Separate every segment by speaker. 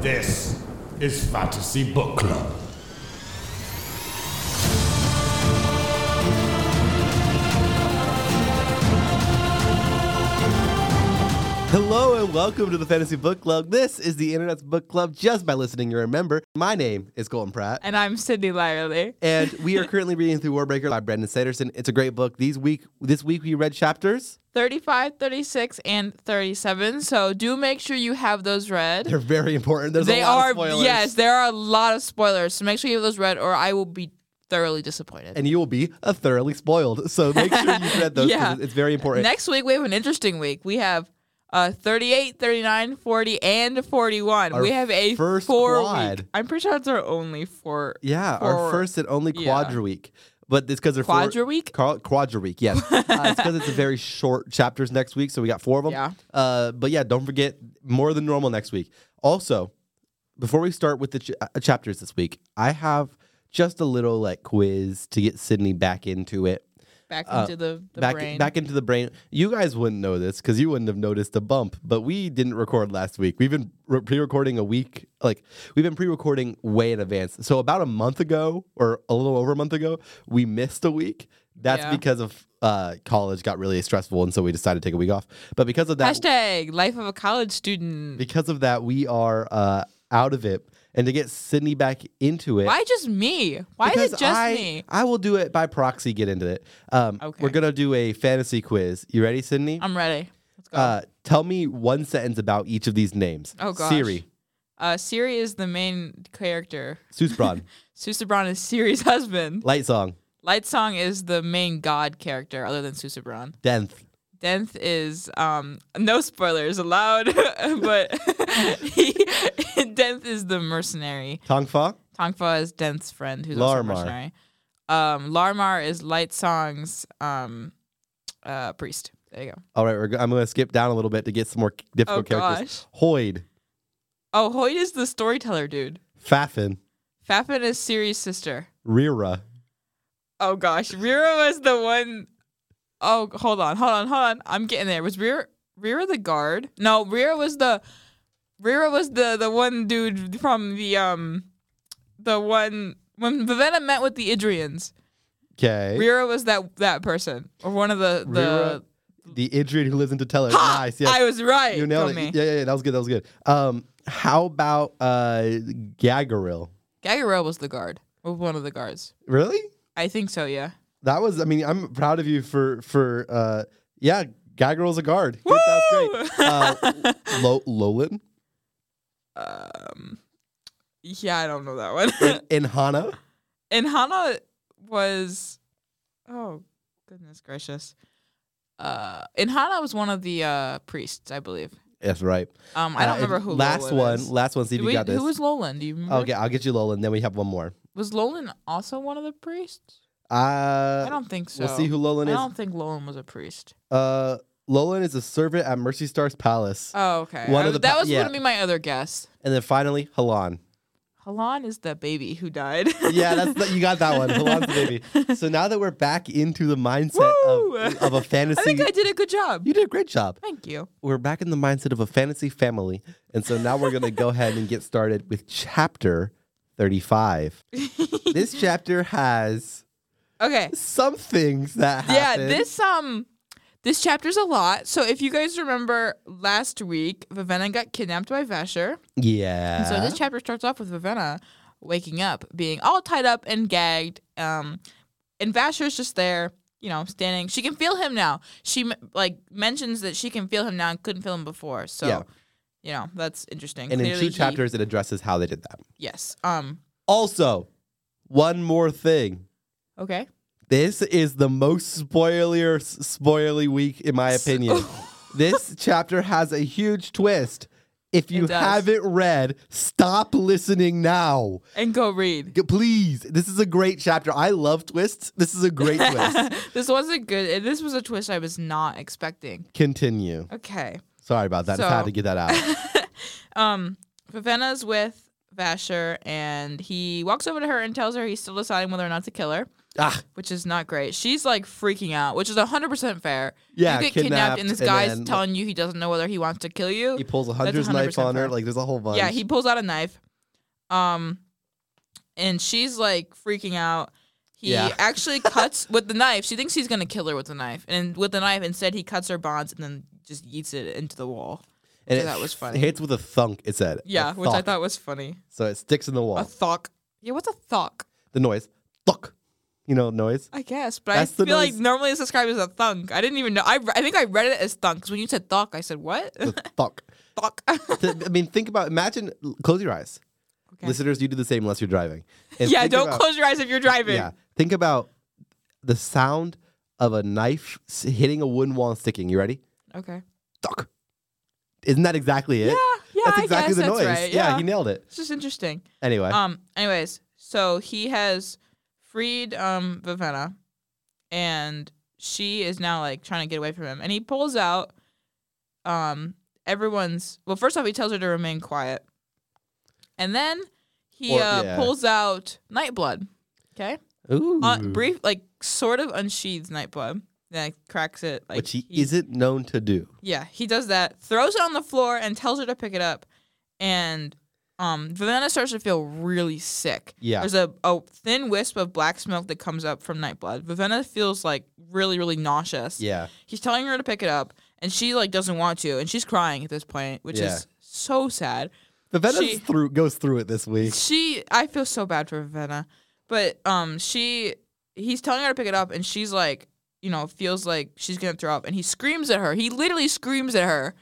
Speaker 1: This is Fantasy Book Club.
Speaker 2: Hello and welcome to the Fantasy Book Club. This is the Internet's Book Club. Just by listening, you remember. My name is Colton Pratt.
Speaker 3: And I'm Sydney Lyerly.
Speaker 2: And we are currently reading through Warbreaker by Brendan Sanderson. It's a great book. These week, this week we read chapters.
Speaker 3: 35, 36, and 37. So do make sure you have those read.
Speaker 2: They're very important. There's
Speaker 3: They
Speaker 2: a lot
Speaker 3: are,
Speaker 2: of spoilers.
Speaker 3: yes, there are a lot of spoilers. So make sure you have those read, or I will be thoroughly disappointed.
Speaker 2: and you will be uh, thoroughly spoiled. So make sure you read those. 'cause
Speaker 3: Yeah.
Speaker 2: It's very important.
Speaker 3: Next week, we have an interesting week. We have uh, 38, 39, 40, and 41.
Speaker 2: Our
Speaker 3: we have a
Speaker 2: first
Speaker 3: four
Speaker 2: quad.
Speaker 3: week. I'm pretty sure it's our only four.
Speaker 2: yeah, our
Speaker 3: for-
Speaker 2: first and only
Speaker 3: yeah.
Speaker 2: quadra week. But it's because they're four-
Speaker 3: Quadra week?
Speaker 2: Ca- quadra week, yes. uh, it's because it's a very short chapters next week, so we got four of them.
Speaker 3: Yeah.
Speaker 2: Uh, but yeah, don't forget more than normal next week. Also, before we start with the ch- uh, chapters this week, I have just a little like quiz to get Sydney back into it.
Speaker 3: Back
Speaker 2: Uh,
Speaker 3: into the, the
Speaker 2: back
Speaker 3: brain.
Speaker 2: back into the brain. You guys wouldn't know this because you wouldn't have noticed a bump, but we didn't record last week. We've been re- pre-recording a week, like we've been pre-recording way in advance. So about a month ago, or a little over a month ago, we missed a week. That's
Speaker 3: Yeah.
Speaker 2: because of uh, college got really stressful, and so we decided to take a week off. But because of that,
Speaker 3: Hashtag life of a college student.
Speaker 2: because of that, we are uh, out of it. And to get Sydney back into it,
Speaker 3: Why just me? Why is
Speaker 2: because
Speaker 3: it just
Speaker 2: I,
Speaker 3: me?
Speaker 2: I will do it by proxy. Get into it. Um,
Speaker 3: Okay.
Speaker 2: We're gonna do a fantasy quiz. You ready, Sydney?
Speaker 3: I'm ready. Let's go.
Speaker 2: Uh, tell me one sentence about each of these names.
Speaker 3: Oh, gosh.
Speaker 2: Siri,
Speaker 3: Uh, Siri is the main character.
Speaker 2: Susbron,
Speaker 3: Susabron is Siri's husband.
Speaker 2: Light Song,
Speaker 3: Lightsong is the main god character, other than Susabron.
Speaker 2: Denth,
Speaker 3: Denth is um no spoilers allowed, but he, Denth is the mercenary.
Speaker 2: Tongfa,
Speaker 3: Tongfa is Denth's friend, who's also a
Speaker 2: Larmar.
Speaker 3: mercenary. Um, Larmar is Lightsong's um uh priest. There you go.
Speaker 2: All right, we're go- I'm going to skip down a little bit to get some more c- difficult
Speaker 3: Oh,
Speaker 2: characters. Hoyd,
Speaker 3: Oh, Hoyt is the storyteller dude.
Speaker 2: Fafin,
Speaker 3: Fafin is Siri's sister.
Speaker 2: Rira,
Speaker 3: Oh gosh, Rira was the one Oh, hold on, hold on, hold on. I'm getting there. Was Rira Rira the guard? No, Rira was the Rira was the the one dude from the um the one when Vivenna met with the Idrians.
Speaker 2: Kay,
Speaker 3: Rira was that that person or one of the
Speaker 2: Rira,
Speaker 3: the.
Speaker 2: the Idrian who lives in Tutela.
Speaker 3: Ha!
Speaker 2: Nice, yes.
Speaker 3: I was right.
Speaker 2: you nailed
Speaker 3: Go
Speaker 2: it.
Speaker 3: me.
Speaker 2: Yeah, yeah, yeah, that was good. That was good. Um, how about uh, Gagaril?
Speaker 3: Gagarel was the guard or one of the guards.
Speaker 2: Really?
Speaker 3: I think so. Yeah.
Speaker 2: That was. I mean, I'm proud of you for for. Uh, yeah, Gagarel's a guard. Good, that was great. Uh, Lo- Lolan
Speaker 3: Um. Yeah, I don't know that one.
Speaker 2: and, and Hana.
Speaker 3: and Hana was oh goodness gracious. Uh and Hana was one of the uh priests, I believe.
Speaker 2: That's right.
Speaker 3: Um I
Speaker 2: Uh,
Speaker 3: don't remember who
Speaker 2: Last
Speaker 3: Lolan
Speaker 2: one.
Speaker 3: is.
Speaker 2: Last one. See if
Speaker 3: Do
Speaker 2: you
Speaker 3: we-
Speaker 2: got this. Oh,
Speaker 3: Who was Lolan? Do you remember?
Speaker 2: okay, I'll get you Lolan. Then we have one more.
Speaker 3: Was Lolan also one of the priests?
Speaker 2: Uh,
Speaker 3: I don't think so.
Speaker 2: We'll see who Lolan
Speaker 3: I
Speaker 2: is.
Speaker 3: don't think Lolan was a priest.
Speaker 2: Uh, Lolan is a servant at Mercy Star's palace.
Speaker 3: Oh, okay.
Speaker 2: One
Speaker 3: I-
Speaker 2: of the
Speaker 3: that
Speaker 2: pa-
Speaker 3: was
Speaker 2: yeah.
Speaker 3: gonna be my other guess.
Speaker 2: and then finally, Halan.
Speaker 3: Halan is the baby who died.
Speaker 2: Yeah, that's the, you got that one. Halan's the baby. So now that we're back into the mindset
Speaker 3: Woo!
Speaker 2: of, of a fantasy.
Speaker 3: I think I did a good job.
Speaker 2: you did a great job.
Speaker 3: Thank you.
Speaker 2: We're back in the mindset of a fantasy family. And so now we're going to go ahead and get started with chapter 35. this chapter has
Speaker 3: Okay.
Speaker 2: some things that
Speaker 3: yeah
Speaker 2: happen.
Speaker 3: this um this chapter's a lot so if you guys remember last week vivenna got kidnapped by vasher
Speaker 2: Yeah.
Speaker 3: and so
Speaker 2: Uh-huh.
Speaker 3: this chapter starts off with vivenna waking up being all tied up and gagged um and vasher's just there you know standing she can feel him now she m- like mentions that she can feel him now and couldn't feel him before so
Speaker 2: Yeah.
Speaker 3: you know that's interesting
Speaker 2: and in
Speaker 3: Clearly
Speaker 2: two
Speaker 3: he-
Speaker 2: chapters, it addresses how they did that.
Speaker 3: yes um
Speaker 2: Also, one more thing.
Speaker 3: okay
Speaker 2: This is the most spoilier, spoily week, in my opinion. this chapter has a huge twist. If you
Speaker 3: It does.
Speaker 2: haven't read, stop listening now.
Speaker 3: and go read
Speaker 2: G- Please, this is a great chapter. I love twists. This is a great twist.
Speaker 3: this wasn't good this was a twist i was not expecting
Speaker 2: Continue.
Speaker 3: okay
Speaker 2: Sorry about that. I
Speaker 3: So-
Speaker 2: had to get that out.
Speaker 3: Um, Vivenna's with Vasher, and he walks over to her and tells her he's still deciding whether or not to kill her.
Speaker 2: Ah,
Speaker 3: which is not great. She's like freaking out, which is 100% fair.
Speaker 2: Yeah,
Speaker 3: you get kidnapped,
Speaker 2: kidnapped,
Speaker 3: and this
Speaker 2: and
Speaker 3: guy's
Speaker 2: then-
Speaker 3: telling you he doesn't know whether he wants to kill you.
Speaker 2: he pulls a
Speaker 3: That's
Speaker 2: hunter's knife
Speaker 3: 100%
Speaker 2: on her.
Speaker 3: fair.
Speaker 2: Like there's a whole bunch.
Speaker 3: Yeah, he pulls out a knife. Um and she's like freaking out. He
Speaker 2: Yeah.
Speaker 3: actually cuts with the knife. She thinks he's going to kill her with the knife. And with the knife instead he cuts her bonds and then just yeets it into the wall.
Speaker 2: and
Speaker 3: that was funny.
Speaker 2: Hits with a thunk. It said. A
Speaker 3: Yeah, which I
Speaker 2: thunk.
Speaker 3: thought was funny.
Speaker 2: So it sticks in the wall.
Speaker 3: A thok. Yeah, what's a thok?
Speaker 2: the noise. Thunk. You know noise.
Speaker 3: I guess, but
Speaker 2: That's
Speaker 3: I
Speaker 2: the
Speaker 3: feel like
Speaker 2: noise-
Speaker 3: normally it's described as a thunk. I didn't even know. I, I think I read it as thunk because when you said thunk, I said what?
Speaker 2: The thunk.
Speaker 3: thunk.
Speaker 2: Th- I mean, think about. Imagine. Close your eyes,
Speaker 3: Okay.
Speaker 2: listeners. You do the same unless you're driving. And
Speaker 3: yeah,
Speaker 2: think
Speaker 3: don't
Speaker 2: about-
Speaker 3: close your eyes if you're driving.
Speaker 2: Yeah. Think about the sound of a knife s- hitting a wooden wall and sticking. You ready?
Speaker 3: Okay.
Speaker 2: Thunk. Isn't that exactly it?
Speaker 3: Yeah, yeah,
Speaker 2: That's
Speaker 3: I
Speaker 2: exactly
Speaker 3: guess
Speaker 2: the
Speaker 3: that's
Speaker 2: noise.
Speaker 3: right.
Speaker 2: yeah.
Speaker 3: Yeah.
Speaker 2: he nailed it.
Speaker 3: It's just interesting.
Speaker 2: Anyway,
Speaker 3: Um. Anyways, so he has freed um Vivenna, and she is now like trying to get away from him, and he pulls out um everyone's. Well, first off, he tells her to remain quiet, and then he
Speaker 2: Or-
Speaker 3: uh,
Speaker 2: yeah.
Speaker 3: pulls out Nightblood. Okay.
Speaker 2: ooh,
Speaker 3: Uh, brief, like sort of unsheathes Nightblood. Then cracks it. Like
Speaker 2: which he, isn't known to do.
Speaker 3: Yeah, he does that. Throws it on the floor and tells her to pick it up. And um, Vivenna starts to feel really sick.
Speaker 2: Yeah.
Speaker 3: there's a, a thin wisp of black smoke that comes up from Nightblood. Vivenna feels like really, really nauseous.
Speaker 2: Yeah,
Speaker 3: he's telling her to pick it up, and she like doesn't want to, and she's crying at this point, which
Speaker 2: Yeah.
Speaker 3: is so sad.
Speaker 2: Vivenna
Speaker 3: She-
Speaker 2: through goes through it this week.
Speaker 3: She, I feel so bad for Vivenna, but um, she, he's telling her to pick it up, and she's like, you know, feels like she's gonna throw up, and he screams at her. He literally screams at her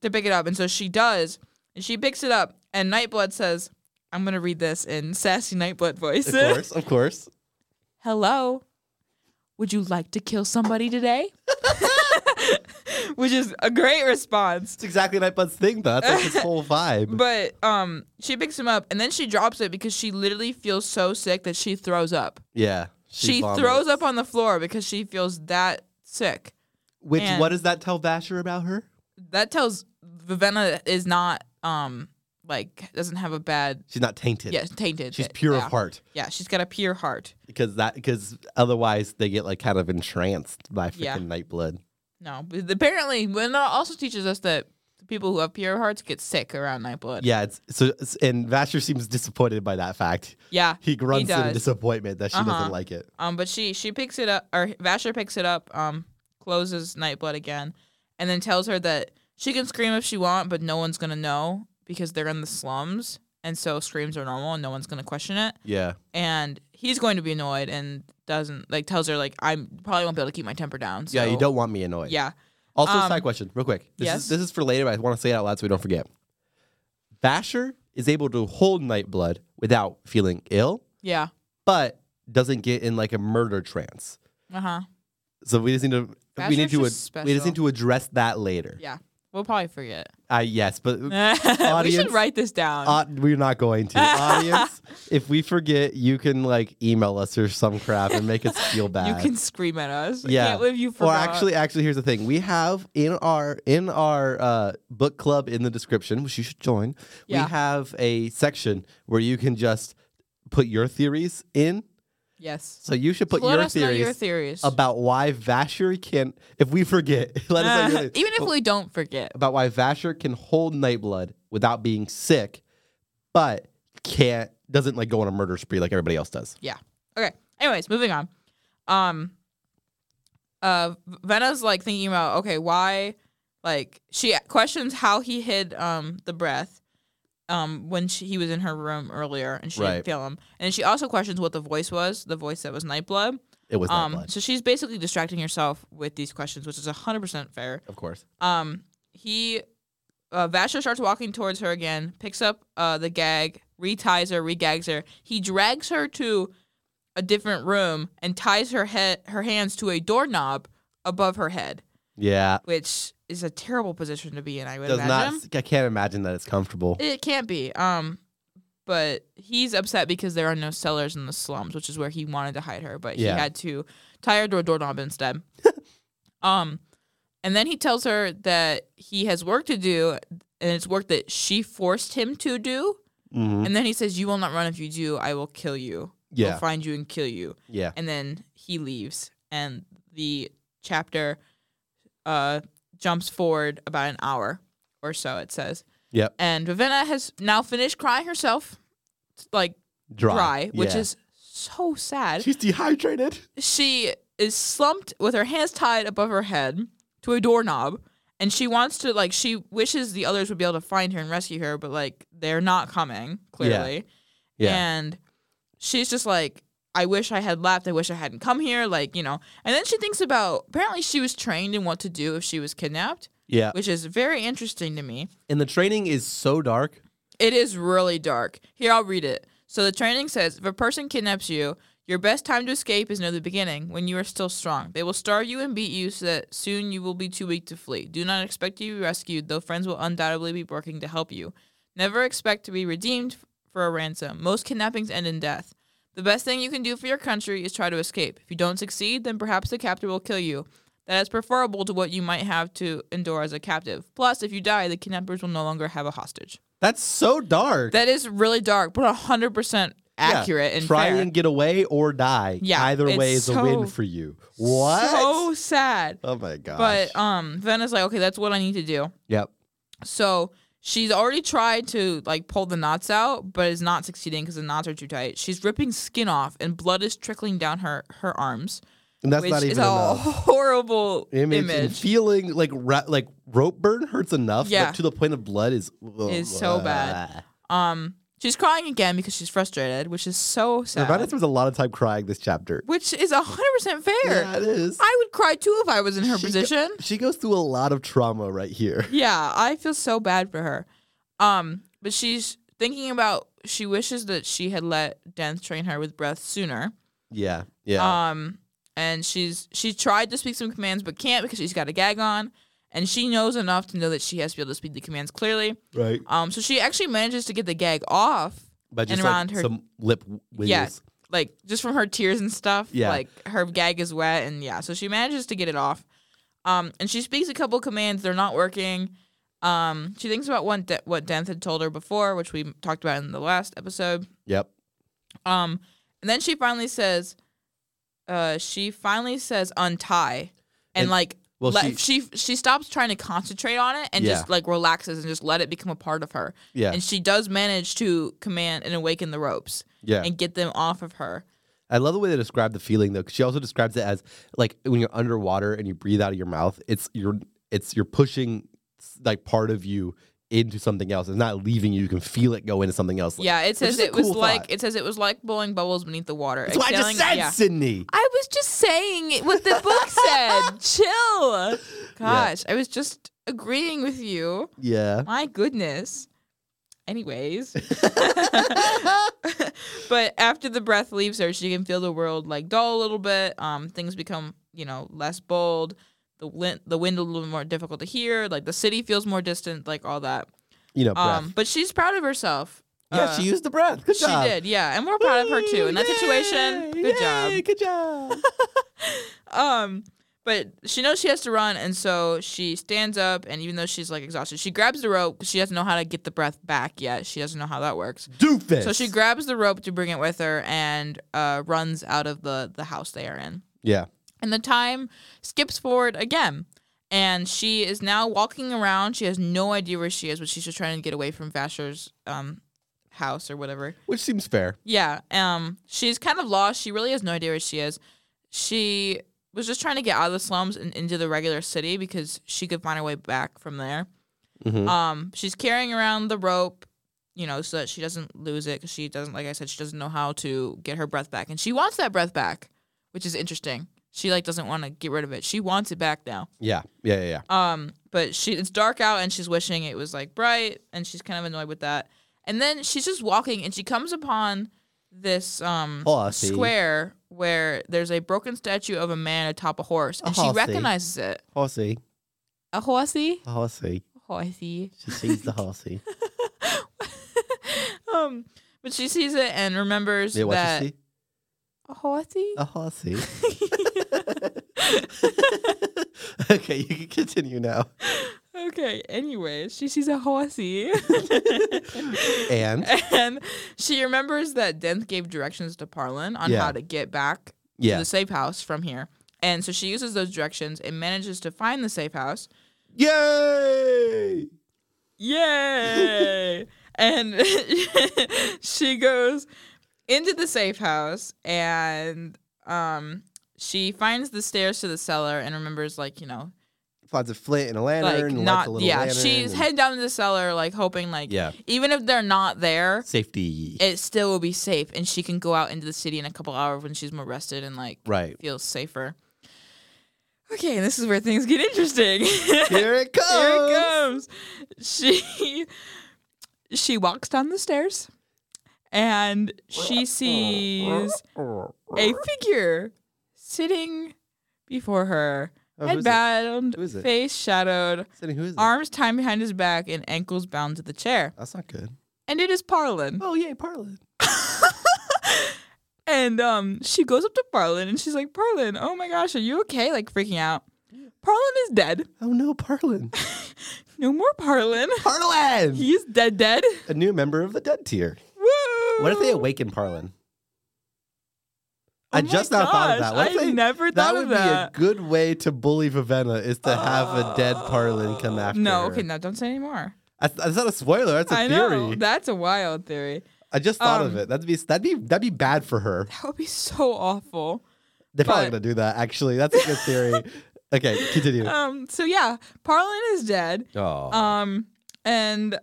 Speaker 3: to pick it up, and so she does, and she picks it up, and Nightblood says, "I'm gonna read this in sassy Nightblood voice."
Speaker 2: Of course, of course.
Speaker 3: Hello, would you like to kill somebody today? Which is a great response.
Speaker 2: It's exactly Nightbud's thing, though. That's like his whole vibe.
Speaker 3: But um, she picks him up and then she drops it because she literally feels so sick that she throws up.
Speaker 2: yeah,
Speaker 3: She,
Speaker 2: vomits.
Speaker 3: throws up on the floor because she feels that sick.
Speaker 2: Which
Speaker 3: and-
Speaker 2: what does that tell Basher about her?
Speaker 3: That tells Vivenna is not um like doesn't have a bad
Speaker 2: She's not tainted.
Speaker 3: yes tainted.
Speaker 2: she's pure
Speaker 3: yeah.
Speaker 2: of heart
Speaker 3: Yeah, she's got a pure heart.
Speaker 2: because that because otherwise they get like kind of entranced by freaking
Speaker 3: Yeah.
Speaker 2: Nightblood.
Speaker 3: No, but apparently, Vivenna also teaches us that people who have pure hearts get sick around Nightblood.
Speaker 2: Yeah, it's so it's- and Vasher seems disappointed by that fact.
Speaker 3: yeah.
Speaker 2: He grunts in
Speaker 3: does.
Speaker 2: disappointment that she
Speaker 3: Uh-huh.
Speaker 2: doesn't like it.
Speaker 3: Um, but she she picks it up, or Vasher picks it up. Um, closes Nightblood again, and then tells her that she can scream if she want, but no one's gonna know because they're in the slums, and so screams are normal, and no one's gonna question it.
Speaker 2: Yeah.
Speaker 3: And he's going to be annoyed, and doesn't like tells her like I'm probably won't be able to keep my temper down. So,
Speaker 2: Yeah, you don't want me annoyed.
Speaker 3: Yeah,
Speaker 2: Also,
Speaker 3: Um,
Speaker 2: side question, real quick. This
Speaker 3: yes?
Speaker 2: is this is for later, but I want to say it out loud so we don't forget. Vasher is able to hold Nightblood without feeling ill,
Speaker 3: yeah,
Speaker 2: but doesn't get in like a murder trance.
Speaker 3: uh huh.
Speaker 2: So we just need to we
Speaker 3: Vasher's
Speaker 2: need to ad-
Speaker 3: just
Speaker 2: we just
Speaker 3: special.
Speaker 2: need to address that later.
Speaker 3: Yeah. We'll probably forget.
Speaker 2: Uh, yes, but
Speaker 3: we
Speaker 2: Audience-
Speaker 3: should write this down.
Speaker 2: uh, we're not going to audience. If we forget, you can like email us or some crap and make us feel bad.
Speaker 3: you can scream at us. I
Speaker 2: uh, Yeah.
Speaker 3: can't believe you
Speaker 2: Or
Speaker 3: forgot.
Speaker 2: actually, actually, here's the thing: we have in our in our uh, book club in the description, which you should join.
Speaker 3: Yeah.
Speaker 2: We have a section where you can just put your theories in.
Speaker 3: yes.
Speaker 2: So you should put
Speaker 3: Let
Speaker 2: your
Speaker 3: us know
Speaker 2: theories
Speaker 3: your theories.
Speaker 2: about why Vasher can, if we forget, let us know your theories.
Speaker 3: Uh, even if we don't forget.
Speaker 2: about why Vasher can hold Nightblood without being sick, but can't doesn't like go on a murder spree like everybody else does.
Speaker 3: Yeah. Okay. Anyways, moving on. Um uh Vena's like thinking about okay, why like she questions how he hid um the breath um when she, he was in her room earlier and she
Speaker 2: Right.
Speaker 3: didn't feel him. And she also questions what the voice was, the voice that was Nightblood.
Speaker 2: It was
Speaker 3: Um
Speaker 2: Nightblood,
Speaker 3: so she's basically distracting herself with these questions, which is 100% fair.
Speaker 2: of course.
Speaker 3: Um, he uh, Vasher starts walking towards her again, picks up uh, the gag, reties her, regags her. He drags her to a different room and ties her head, her hands to a doorknob above her head,
Speaker 2: Yeah,
Speaker 3: which is a terrible position to be in. I would
Speaker 2: does
Speaker 3: imagine
Speaker 2: not. I can't imagine that it's comfortable.
Speaker 3: it can't be. Um, but he's upset because there are no cellars in the slums, which is where he wanted to hide her, but
Speaker 2: Yeah.
Speaker 3: he had to tie her to a doorknob instead. um, and then he tells her that he has work to do, and it's work that she forced him to do.
Speaker 2: Mhm.
Speaker 3: And then he says, "You will not run if you do. I will kill you."
Speaker 2: Yeah.
Speaker 3: will find you and kill you.
Speaker 2: Yeah.
Speaker 3: And then he leaves, and the chapter uh, jumps forward about an hour or so. It says,
Speaker 2: Yep.
Speaker 3: and Ravenna has now finished crying herself, like
Speaker 2: Dry.
Speaker 3: dry, which
Speaker 2: Yeah.
Speaker 3: is so sad.
Speaker 2: she's dehydrated.
Speaker 3: she is slumped with her hands tied above her head to a doorknob and she wants to like she wishes the others would be able to find her and rescue her but like they're not coming clearly
Speaker 2: Yeah.
Speaker 3: and she's just like i wish i had left i wish i hadn't come here like you know and then she thinks about apparently she was trained in what to do if she was kidnapped
Speaker 2: Yeah.
Speaker 3: which is very interesting to me
Speaker 2: And the training is so dark.
Speaker 3: it is really dark. Here, I'll read it. So the training says if a person kidnaps you, your best time to escape is near the beginning when you are still strong. They will starve you and beat you so that soon you will be too weak to flee. Do not expect to be rescued, though friends will undoubtedly be working to help you. Never expect to be redeemed f- for a ransom. Most kidnappings end in death. The best thing you can do for your country is try to escape. If you don't succeed, then perhaps the captor will kill you. That is preferable to what you might have to endure as a captive. Plus, if you die, the kidnappers will no longer have a hostage.
Speaker 2: That's so dark.
Speaker 3: That is really dark, but hundred percent
Speaker 2: Yeah.
Speaker 3: accurate and
Speaker 2: Try
Speaker 3: fair.
Speaker 2: and get away or die.
Speaker 3: Yeah,
Speaker 2: Either way is
Speaker 3: it's
Speaker 2: a win
Speaker 3: so-
Speaker 2: for you. What?
Speaker 3: So sad.
Speaker 2: oh my gosh.
Speaker 3: But um, Vena's like, okay, that's what I need to do.
Speaker 2: yep.
Speaker 3: So she's already tried to like pull the knots out, but is not succeeding because the knots are too tight. She's ripping skin off, and blood is trickling down her her arms,
Speaker 2: And that's
Speaker 3: which
Speaker 2: not
Speaker 3: is
Speaker 2: even
Speaker 3: a
Speaker 2: enough.
Speaker 3: horrible
Speaker 2: Image,
Speaker 3: image.
Speaker 2: And feeling like ra- like rope burn hurts enough,
Speaker 3: Yeah.
Speaker 2: but to the point of blood is
Speaker 3: Is so bad. Um, she's crying again because she's frustrated, which is so sad.
Speaker 2: Ravana spends a lot of time crying this chapter.
Speaker 3: which is hundred percent fair.
Speaker 2: Yeah, it is.
Speaker 3: I would cry too if I was in her
Speaker 2: She go-
Speaker 3: position.
Speaker 2: she goes through a lot of trauma right here.
Speaker 3: Yeah, I feel so bad for her. Um, but she's thinking about she wishes that she had let Denth train her with breath sooner.
Speaker 2: Yeah, yeah,
Speaker 3: Um, and she's she tried to speak some commands but can't because she's got a gag on, and she knows enough to know that she has to be able to speak the commands clearly.
Speaker 2: right.
Speaker 3: Um, so she actually manages to get the gag off,
Speaker 2: But just
Speaker 3: and
Speaker 2: like
Speaker 3: around her-
Speaker 2: some lip w- wiggles.
Speaker 3: Yeah. like just from her tears and stuff.
Speaker 2: Yeah.
Speaker 3: like her gag is wet, and yeah, so she manages to get it off. Um, and she speaks a couple commands. They're not working. Um, she thinks about what De- what Denth had told her before, which we talked about in the last episode.
Speaker 2: Yep.
Speaker 3: Um, and then she finally says, uh, she finally says untie, and,
Speaker 2: And-
Speaker 3: like.
Speaker 2: well,
Speaker 3: let, she, she stops trying to concentrate on it and just
Speaker 2: Yeah.
Speaker 3: like relaxes and just let it become a part of her.
Speaker 2: Yeah,
Speaker 3: And she does manage to command and awaken the ropes
Speaker 2: yeah.
Speaker 3: and get them off of her.
Speaker 2: I love the way they describe the feeling though. 'cause she also describes it as like when you're underwater and you breathe out of your mouth. It's you're it's you're pushing like part of you into something else. It's not leaving you. You can feel it go into something else.
Speaker 3: Yeah, it
Speaker 2: is
Speaker 3: says
Speaker 2: a
Speaker 3: it was
Speaker 2: cool
Speaker 3: like
Speaker 2: thought.
Speaker 3: it says it was like blowing bubbles beneath the water.
Speaker 2: that's what I just
Speaker 3: Exhaling-
Speaker 2: said,
Speaker 3: yeah.
Speaker 2: Sydney.
Speaker 3: I was just saying it- what the book said. Chill. Gosh, I was just agreeing with you.
Speaker 2: Yeah.
Speaker 3: My goodness. Anyways. but after the breath leaves her, she can feel the world like dull a little bit. Um, things become, you know, less bold. The wind, the wind a little more difficult to hear. Like the city feels more distant. Like all that.
Speaker 2: You know, breath.
Speaker 3: Um, but she's proud of herself.
Speaker 2: yeah,
Speaker 3: Uh,
Speaker 2: she used the breath. Good
Speaker 3: she
Speaker 2: job.
Speaker 3: did, yeah, and we're proud of her too. In that situation,
Speaker 2: Yay,
Speaker 3: good
Speaker 2: yay,
Speaker 3: job.
Speaker 2: Good job.
Speaker 3: Um, but she knows she has to run, and so she stands up. And even though she's like exhausted, she grabs the rope 'cause she doesn't know how to get the breath back yet. She doesn't know how that works.
Speaker 2: Doofus.
Speaker 3: So she grabs the rope to bring it with her and uh, runs out of the the house they are in.
Speaker 2: yeah.
Speaker 3: And the time skips forward again. And she is now walking around. She has no idea where she is, but she's just trying to get away from Vasher's um, house or whatever.
Speaker 2: Which seems fair.
Speaker 3: Yeah. Um. She's kind of lost. She really has no idea where she is. She was just trying to get out of the slums and into the regular city because she could find her way back from there.
Speaker 2: Mhm.
Speaker 3: Um. She's carrying around the rope, you know, so that she doesn't lose it because she doesn't, like I said, she doesn't know how to get her breath back, and she wants that breath back, which is interesting. She like doesn't want to get rid of it. She wants it back now.
Speaker 2: Yeah. Yeah. Yeah. yeah.
Speaker 3: Um, but she it's dark out and she's wishing it was like bright and she's kind of annoyed with that. And then she's just walking and she comes upon this um
Speaker 2: Horsey.
Speaker 3: square where there's a broken statue of a man atop a horse
Speaker 2: A
Speaker 3: and she
Speaker 2: horsey.
Speaker 3: recognizes it.
Speaker 2: Horsey.
Speaker 3: A horsey?
Speaker 2: Horsey.
Speaker 3: Horsey.
Speaker 2: She sees the horsey.
Speaker 3: Um but she sees it and remembers
Speaker 2: Yeah, what
Speaker 3: that
Speaker 2: you see? Uh,
Speaker 3: a horsey?
Speaker 2: A horsey. okay, you can continue now.
Speaker 3: Okay. Anyways, she sees a horsey.
Speaker 2: And
Speaker 3: and she remembers that Dent gave directions to Parlin on
Speaker 2: Yeah.
Speaker 3: how to get back
Speaker 2: Yeah.
Speaker 3: to the safe house from here. And so she uses those directions and manages to find the safe house.
Speaker 2: yay!
Speaker 3: Yay! and she goes into the safe house and um she finds the stairs to the cellar and remembers like, you know,
Speaker 2: Finds a flint and a lantern.
Speaker 3: like
Speaker 2: and lights
Speaker 3: not
Speaker 2: a little
Speaker 3: yeah,
Speaker 2: lantern
Speaker 3: she's
Speaker 2: and-
Speaker 3: head down to the cellar like hoping like
Speaker 2: Yeah.
Speaker 3: even if they're not there,
Speaker 2: safety.
Speaker 3: it still will be safe and she can go out into the city in a couple hours when she's more rested and like
Speaker 2: right
Speaker 3: feels safer. Okay, this is where things get interesting.
Speaker 2: here it comes.
Speaker 3: Here it comes. She she walks down the stairs and she sees a figure sitting before her.
Speaker 2: Oh, who is it?
Speaker 3: headbound,
Speaker 2: Who is it?
Speaker 3: face shadowed,
Speaker 2: Sydney, who is that?
Speaker 3: arms tied behind his back, and ankles bound to the chair.
Speaker 2: That's not good.
Speaker 3: And it is Parlin.
Speaker 2: Oh yay, Parlin.
Speaker 3: And um, she goes up to Parlin and she's like, Parlin, oh my gosh, are you okay? Like freaking out. Parlin is dead.
Speaker 2: Oh no, Parlin.
Speaker 3: No more Parlin.
Speaker 2: Parlin.
Speaker 3: He's dead, dead.
Speaker 2: A new member of the dead tier.
Speaker 3: Woo!
Speaker 2: What if they awaken Parlin? I
Speaker 3: Oh my
Speaker 2: just now thought of
Speaker 3: gosh,
Speaker 2: that. What if
Speaker 3: I
Speaker 2: they-
Speaker 3: never
Speaker 2: that
Speaker 3: thought
Speaker 2: would
Speaker 3: of that.
Speaker 2: be a good way to bully Ravenna is to have a dead Parlin come after
Speaker 3: Oh. No,
Speaker 2: her.
Speaker 3: okay, no, don't say anymore.
Speaker 2: That's, that's not a spoiler. That's a
Speaker 3: I
Speaker 2: theory.
Speaker 3: know. That's a wild theory.
Speaker 2: I just thought of
Speaker 3: Um,
Speaker 2: it. That'd be that'd be that'd be bad for her.
Speaker 3: That would be so awful.
Speaker 2: They're probably
Speaker 3: but-
Speaker 2: gonna do that. Actually, that's a good theory. okay, continue.
Speaker 3: Um, so yeah, Parlin is dead.
Speaker 2: oh,
Speaker 3: Um, and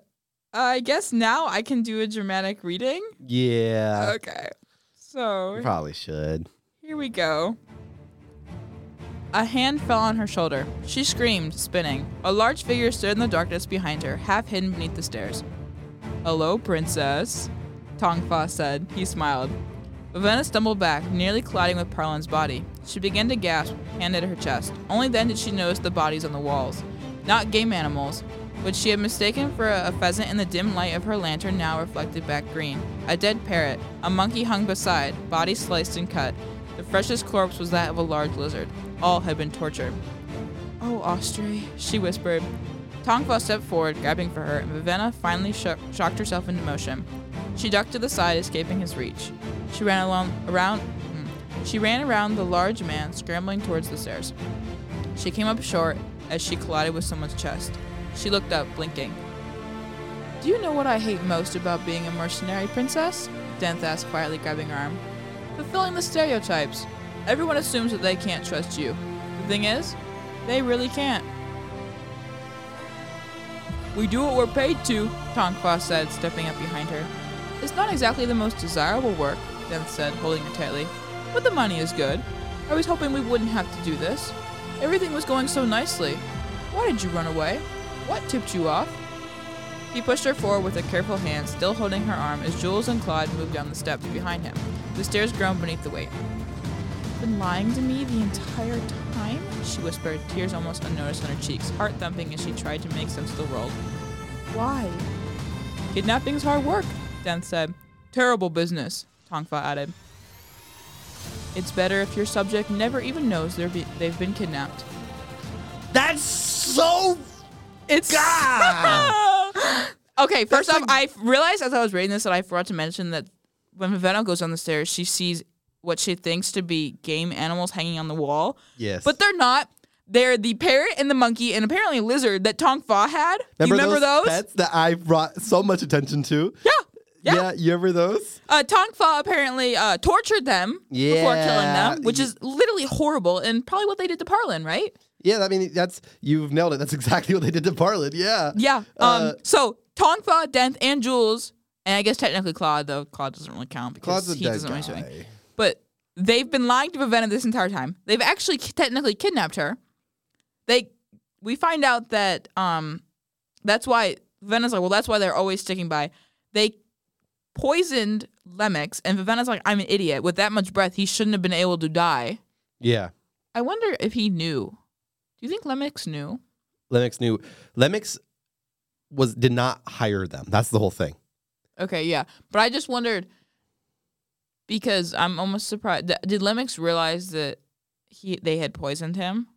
Speaker 3: I guess now I can do a dramatic reading.
Speaker 2: yeah.
Speaker 3: Okay. So
Speaker 2: Probably should.
Speaker 3: Here we go. A hand fell on her shoulder. She screamed, spinning. A large figure stood in the darkness behind her, half hidden beneath the stairs. Hello, princess, Tongfa said. He smiled. Ravenna stumbled back, nearly colliding with Parlin's body. She began to gasp, hand at her chest. Only then did she notice the bodies on the walls. Not game animals, which she had mistaken for a, a pheasant in the dim light of her lantern now reflected back green. A dead parrot, a monkey hung beside, body sliced and cut. The freshest corpse was that of a large lizard. All had been tortured. Oh, Ostry, she whispered. Tongfa stepped forward, grabbing for her, and Vivenna finally sho- shocked herself into motion. She ducked to the side, escaping his reach. She ran along around. mm. She ran around the large man, scrambling towards the stairs. She came up short as she collided with someone's chest. She looked up, blinking. Do you know what I hate most about being a mercenary princess? Denth asked, quietly grabbing her arm. Fulfilling the stereotypes. Everyone assumes that they can't trust you. The thing is, they really can't. We do what we're paid to, Tongfa said, stepping up behind her. It's not exactly the most desirable work, Denth said, holding her tightly. But the money is good. I was hoping we wouldn't have to do this. Everything was going so nicely. Why did you run away? What tipped you off? He pushed her forward with a careful hand, still holding her arm as Jules and Claude moved down the steps behind him. The stairs groaned beneath the weight. Been lying to me the entire time? She whispered, tears almost unnoticed on her cheeks, heart thumping as she tried to make sense of the world. Why? Kidnapping's hard work, Dent said. Terrible business, Tongfa added. It's better if your subject never even knows they're be- they've been kidnapped.
Speaker 2: That's so.
Speaker 3: It's okay. First off, I realized as I was reading this that I forgot to mention that when Vivenna goes down the stairs, she sees what she thinks to be game animals hanging on the wall,
Speaker 2: Yes.
Speaker 3: but they're not. They're the parrot and the monkey and apparently a lizard that Tong Fa had. you remember those?
Speaker 2: pets that I brought so much attention to?
Speaker 3: Yeah. Yeah.
Speaker 2: you remember those?
Speaker 3: Uh, Tong Fa apparently uh, tortured them before killing
Speaker 2: Yeah.
Speaker 3: them, which is literally horrible and probably what they did to Parlin, right?
Speaker 2: Yeah, I mean that's you've nailed it. That's exactly what they did to Parlin. Yeah.
Speaker 3: Yeah. Um.
Speaker 2: Uh,
Speaker 3: so Tongfa, Denth, and Jules, and I guess technically Claude, though Claude doesn't really count because
Speaker 2: Claude's a
Speaker 3: he
Speaker 2: dead
Speaker 3: doesn't really do
Speaker 2: guy.
Speaker 3: anything. But they've been lying to Vivenna this entire time. They've actually k- technically kidnapped her. They, we find out that um, that's why Vivenna's like, well, that's why they're always sticking by. They poisoned Lemix, and Vivenna's like, I'm an idiot. With that much breath, he shouldn't have been able to die.
Speaker 2: Yeah.
Speaker 3: I wonder if he knew. Do you think Lemix knew?
Speaker 2: Lennox knew Lennox was did not hire them. That's the whole thing.
Speaker 3: Okay, yeah. But I just wondered because I'm almost surprised. th- Did Lemix realize that he they had poisoned him?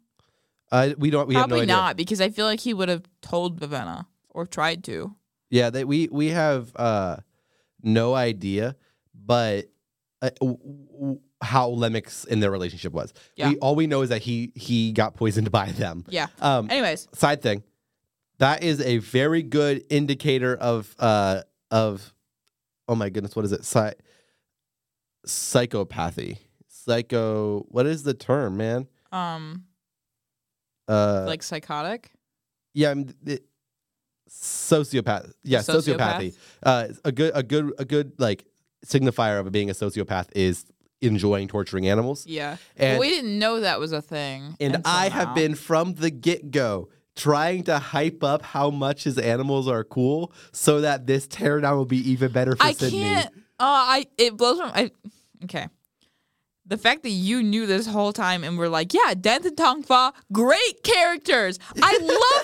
Speaker 2: Uh, we don't. We
Speaker 3: Probably
Speaker 2: have no idea.
Speaker 3: not, because I feel like he would have told Vivenna or tried to.
Speaker 2: Yeah, that we we have uh, no idea, but uh, w- w- how Lemix in their relationship was.
Speaker 3: Yeah.
Speaker 2: We all we know is that he he got poisoned by them.
Speaker 3: Yeah.
Speaker 2: Um,
Speaker 3: Anyways,
Speaker 2: side thing, that is a very good indicator of uh of, oh my goodness, what is it? Psy- psychopathy. Psycho. What is the term, man?
Speaker 3: um,
Speaker 2: Uh,
Speaker 3: like psychotic.
Speaker 2: yeah, I'm, it, sociopath. Yeah, sociopathy.
Speaker 3: Sociopath?
Speaker 2: Uh, a good, a good, a good like signifier of being a sociopath is enjoying torturing animals.
Speaker 3: Yeah.
Speaker 2: And
Speaker 3: but we didn't know that was a thing.
Speaker 2: and
Speaker 3: until
Speaker 2: I have
Speaker 3: now.
Speaker 2: been from the get go trying to hype up how much his animals are cool, so that this teardown will be even better for
Speaker 3: I
Speaker 2: Sydney.
Speaker 3: can't. Uh, I it blows my. I, okay. The fact that you knew this whole time and were like, yeah, Dent and Tong Fa, great characters. I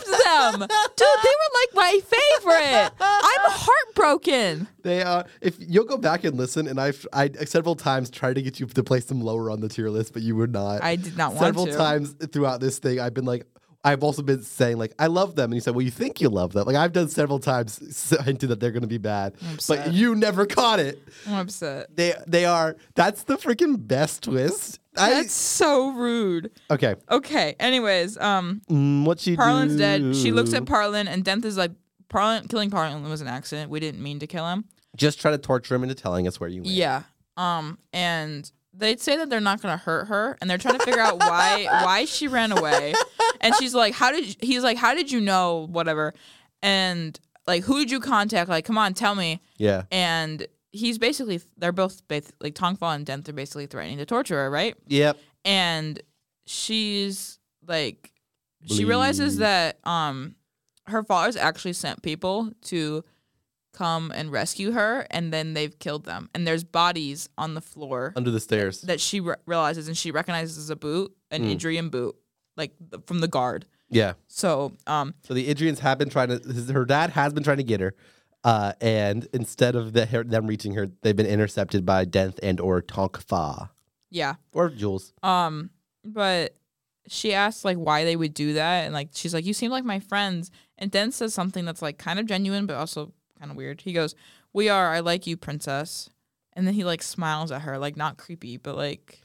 Speaker 3: loved them. Dude, they were like my favorite. I'm heartbroken.
Speaker 2: They are. If you'll go back and listen, and I've I several times tried to get you to place them lower on the tier list, but you were not.
Speaker 3: I did not want
Speaker 2: several
Speaker 3: to.
Speaker 2: times throughout this thing, I've been like, I've also been saying like, I love them, and you said, well, you think you love them. Like I've done several times s- hinted that they're going to be bad, but
Speaker 3: upset.
Speaker 2: you never caught it.
Speaker 3: I'm upset.
Speaker 2: They they are. That's the freaking best twist. I,
Speaker 3: That's so rude.
Speaker 2: okay.
Speaker 3: Okay. Anyways, um,
Speaker 2: Mm, what she
Speaker 3: Parlin's
Speaker 2: do?
Speaker 3: dead. She looks at Parlin, and Denth is like, Parlin killing Parlin was an accident. We didn't mean to kill him.
Speaker 2: Just try to torture him into telling us where you went.
Speaker 3: Yeah. Um, and they say that they're not gonna hurt her, and they're trying to figure out why why she ran away. And she's like, "How did?" You, he's like, "How did you know?" Whatever. And like, who did you contact? Like, come on, tell me.
Speaker 2: Yeah.
Speaker 3: And he's basically they're both bas- like Tongfa and Denth are basically threatening to torture her, right?
Speaker 2: Yep.
Speaker 3: and she's like she realizes
Speaker 2: Bleep.
Speaker 3: that um her father's actually sent people to come and rescue her and then they've killed them and there's bodies on the floor
Speaker 2: Under the stairs.
Speaker 3: that she re- realizes and she recognizes as a boot an
Speaker 2: Mm.
Speaker 3: Idrian boot like th- from the guard
Speaker 2: Yeah.
Speaker 3: so um
Speaker 2: So the Idrians have been trying to. His, her dad has been trying to get her, uh, and instead of the, her, them reaching her, they've been intercepted by Denth and or Tonkfa
Speaker 3: yeah
Speaker 2: or Jules.
Speaker 3: Um, but she asks like why they would do that, and like she's like, "You seem like my friends." And Den says something that's like kind of genuine, but also kind of weird. He goes, "We are. I like you, princess." And then he like smiles at her, like not creepy, but like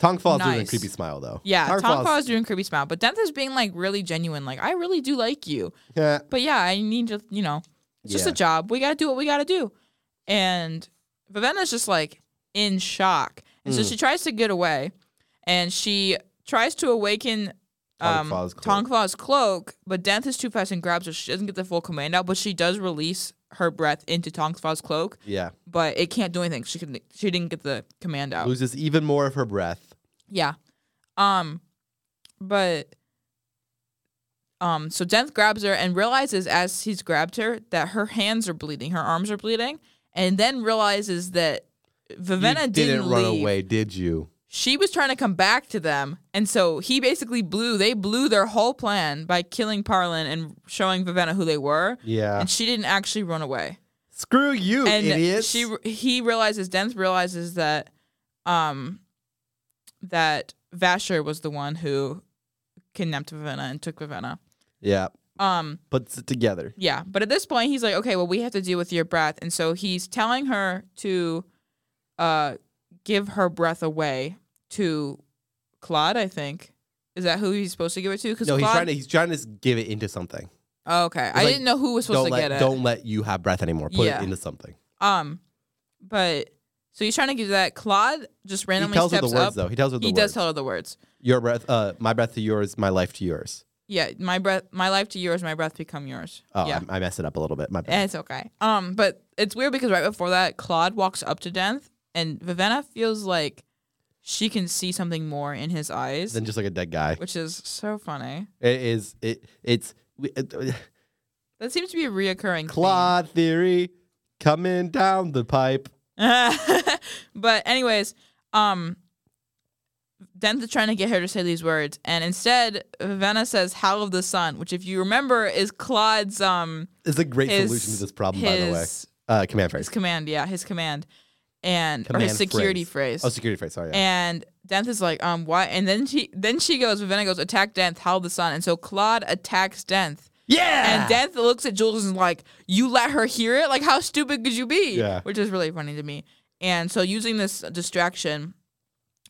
Speaker 2: Tonkfa's doing a
Speaker 3: Nice.
Speaker 2: creepy smile though.
Speaker 3: yeah.
Speaker 2: Tonkfa's-
Speaker 3: Tom Paw is doing creepy smile, but Dent is being like really genuine, like I really do like you.
Speaker 2: Yeah.
Speaker 3: But yeah, I need to, you know, it's just
Speaker 2: Yeah.
Speaker 3: a job. We gotta do what we gotta do. And Vivenna's just like in shock, and so
Speaker 2: Mm.
Speaker 3: she tries to get away, and she tries to awaken um,
Speaker 2: Tongfa's cloak.
Speaker 3: Tongfa's cloak, but Death is too fast and grabs her. She doesn't get the full command out, but she does release her breath into Tongfa's cloak,
Speaker 2: Yeah.
Speaker 3: but it can't do anything. She could she didn't get the command out.
Speaker 2: Loses even more of her breath.
Speaker 3: Yeah. Um but um so Denth grabs her and realizes as he's grabbed her that her hands are bleeding, her arms are bleeding, and then realizes that Vivenna
Speaker 2: you didn't, run
Speaker 3: leave.
Speaker 2: away, did you?
Speaker 3: She was trying to come back to them, and so he basically blew. They blew their whole plan by killing Parlin and showing Vivenna who they were,
Speaker 2: Yeah.
Speaker 3: and she didn't actually run away
Speaker 2: Screw you,
Speaker 3: and
Speaker 2: idiots.
Speaker 3: she he realizes Denth realizes that um that Vasher was the one who kidnapped Vivenna and took Vivenna.
Speaker 2: yeah.
Speaker 3: Um
Speaker 2: Puts it together.
Speaker 3: yeah, but at this point he's like, okay, well we have to deal with your breath, and so he's telling her to uh give her breath away to Claude. I think is that who he's supposed to give it to? Because
Speaker 2: No, he's
Speaker 3: Claude,
Speaker 2: trying to. He's trying to s- give it into something.
Speaker 3: oh, okay, I
Speaker 2: like,
Speaker 3: didn't know who was supposed
Speaker 2: Don't
Speaker 3: to
Speaker 2: let.
Speaker 3: get it.
Speaker 2: Don't let you have breath anymore. Put
Speaker 3: Yeah.
Speaker 2: it into something.
Speaker 3: Um, but so he's trying to give that. Claude just
Speaker 2: He
Speaker 3: randomly
Speaker 2: tells her
Speaker 3: steps
Speaker 2: the words
Speaker 3: up.
Speaker 2: though. He tells her the
Speaker 3: he
Speaker 2: words.
Speaker 3: does tell her the words.
Speaker 2: Your breath, uh, my breath to yours, my life to yours.
Speaker 3: Yeah, my breath, my life to yours, my breath become yours.
Speaker 2: Oh,
Speaker 3: yeah,
Speaker 2: I, I messed it up a little bit. My
Speaker 3: And
Speaker 2: bad.
Speaker 3: it's okay. Um, but it's weird because right before that, Claude walks up to Denth, and Vivenna feels like she can see something more in his eyes,
Speaker 2: Then just like a dead guy.
Speaker 3: which is so funny.
Speaker 2: It is. It. It's we- it, uh,
Speaker 3: That seems to be a reoccurring.
Speaker 2: Claude theory coming down the pipe.
Speaker 3: theme. but anyways, um, Denth is trying to get her to say these words, and instead, Vivenna says "Howl of the Sun," which, if you remember, is Claude's um
Speaker 2: It's a great
Speaker 3: his
Speaker 2: solution to this problem, by the way.
Speaker 3: his-
Speaker 2: Uh, command phrase.
Speaker 3: His command, yeah, his command. and or his
Speaker 2: Command
Speaker 3: security phrase.
Speaker 2: Oh, security phrase. Sorry. Yeah.
Speaker 3: And Denth is like, um, why? And then she then she goes, Ravenna goes, attack Denth, howl the sun. And so Claude attacks Denth.
Speaker 2: Yeah!
Speaker 3: And Denth looks at Jules and is like, you let her hear it? Like, how stupid could you be?
Speaker 2: Yeah.
Speaker 3: Which is really funny to me. And so using this distraction,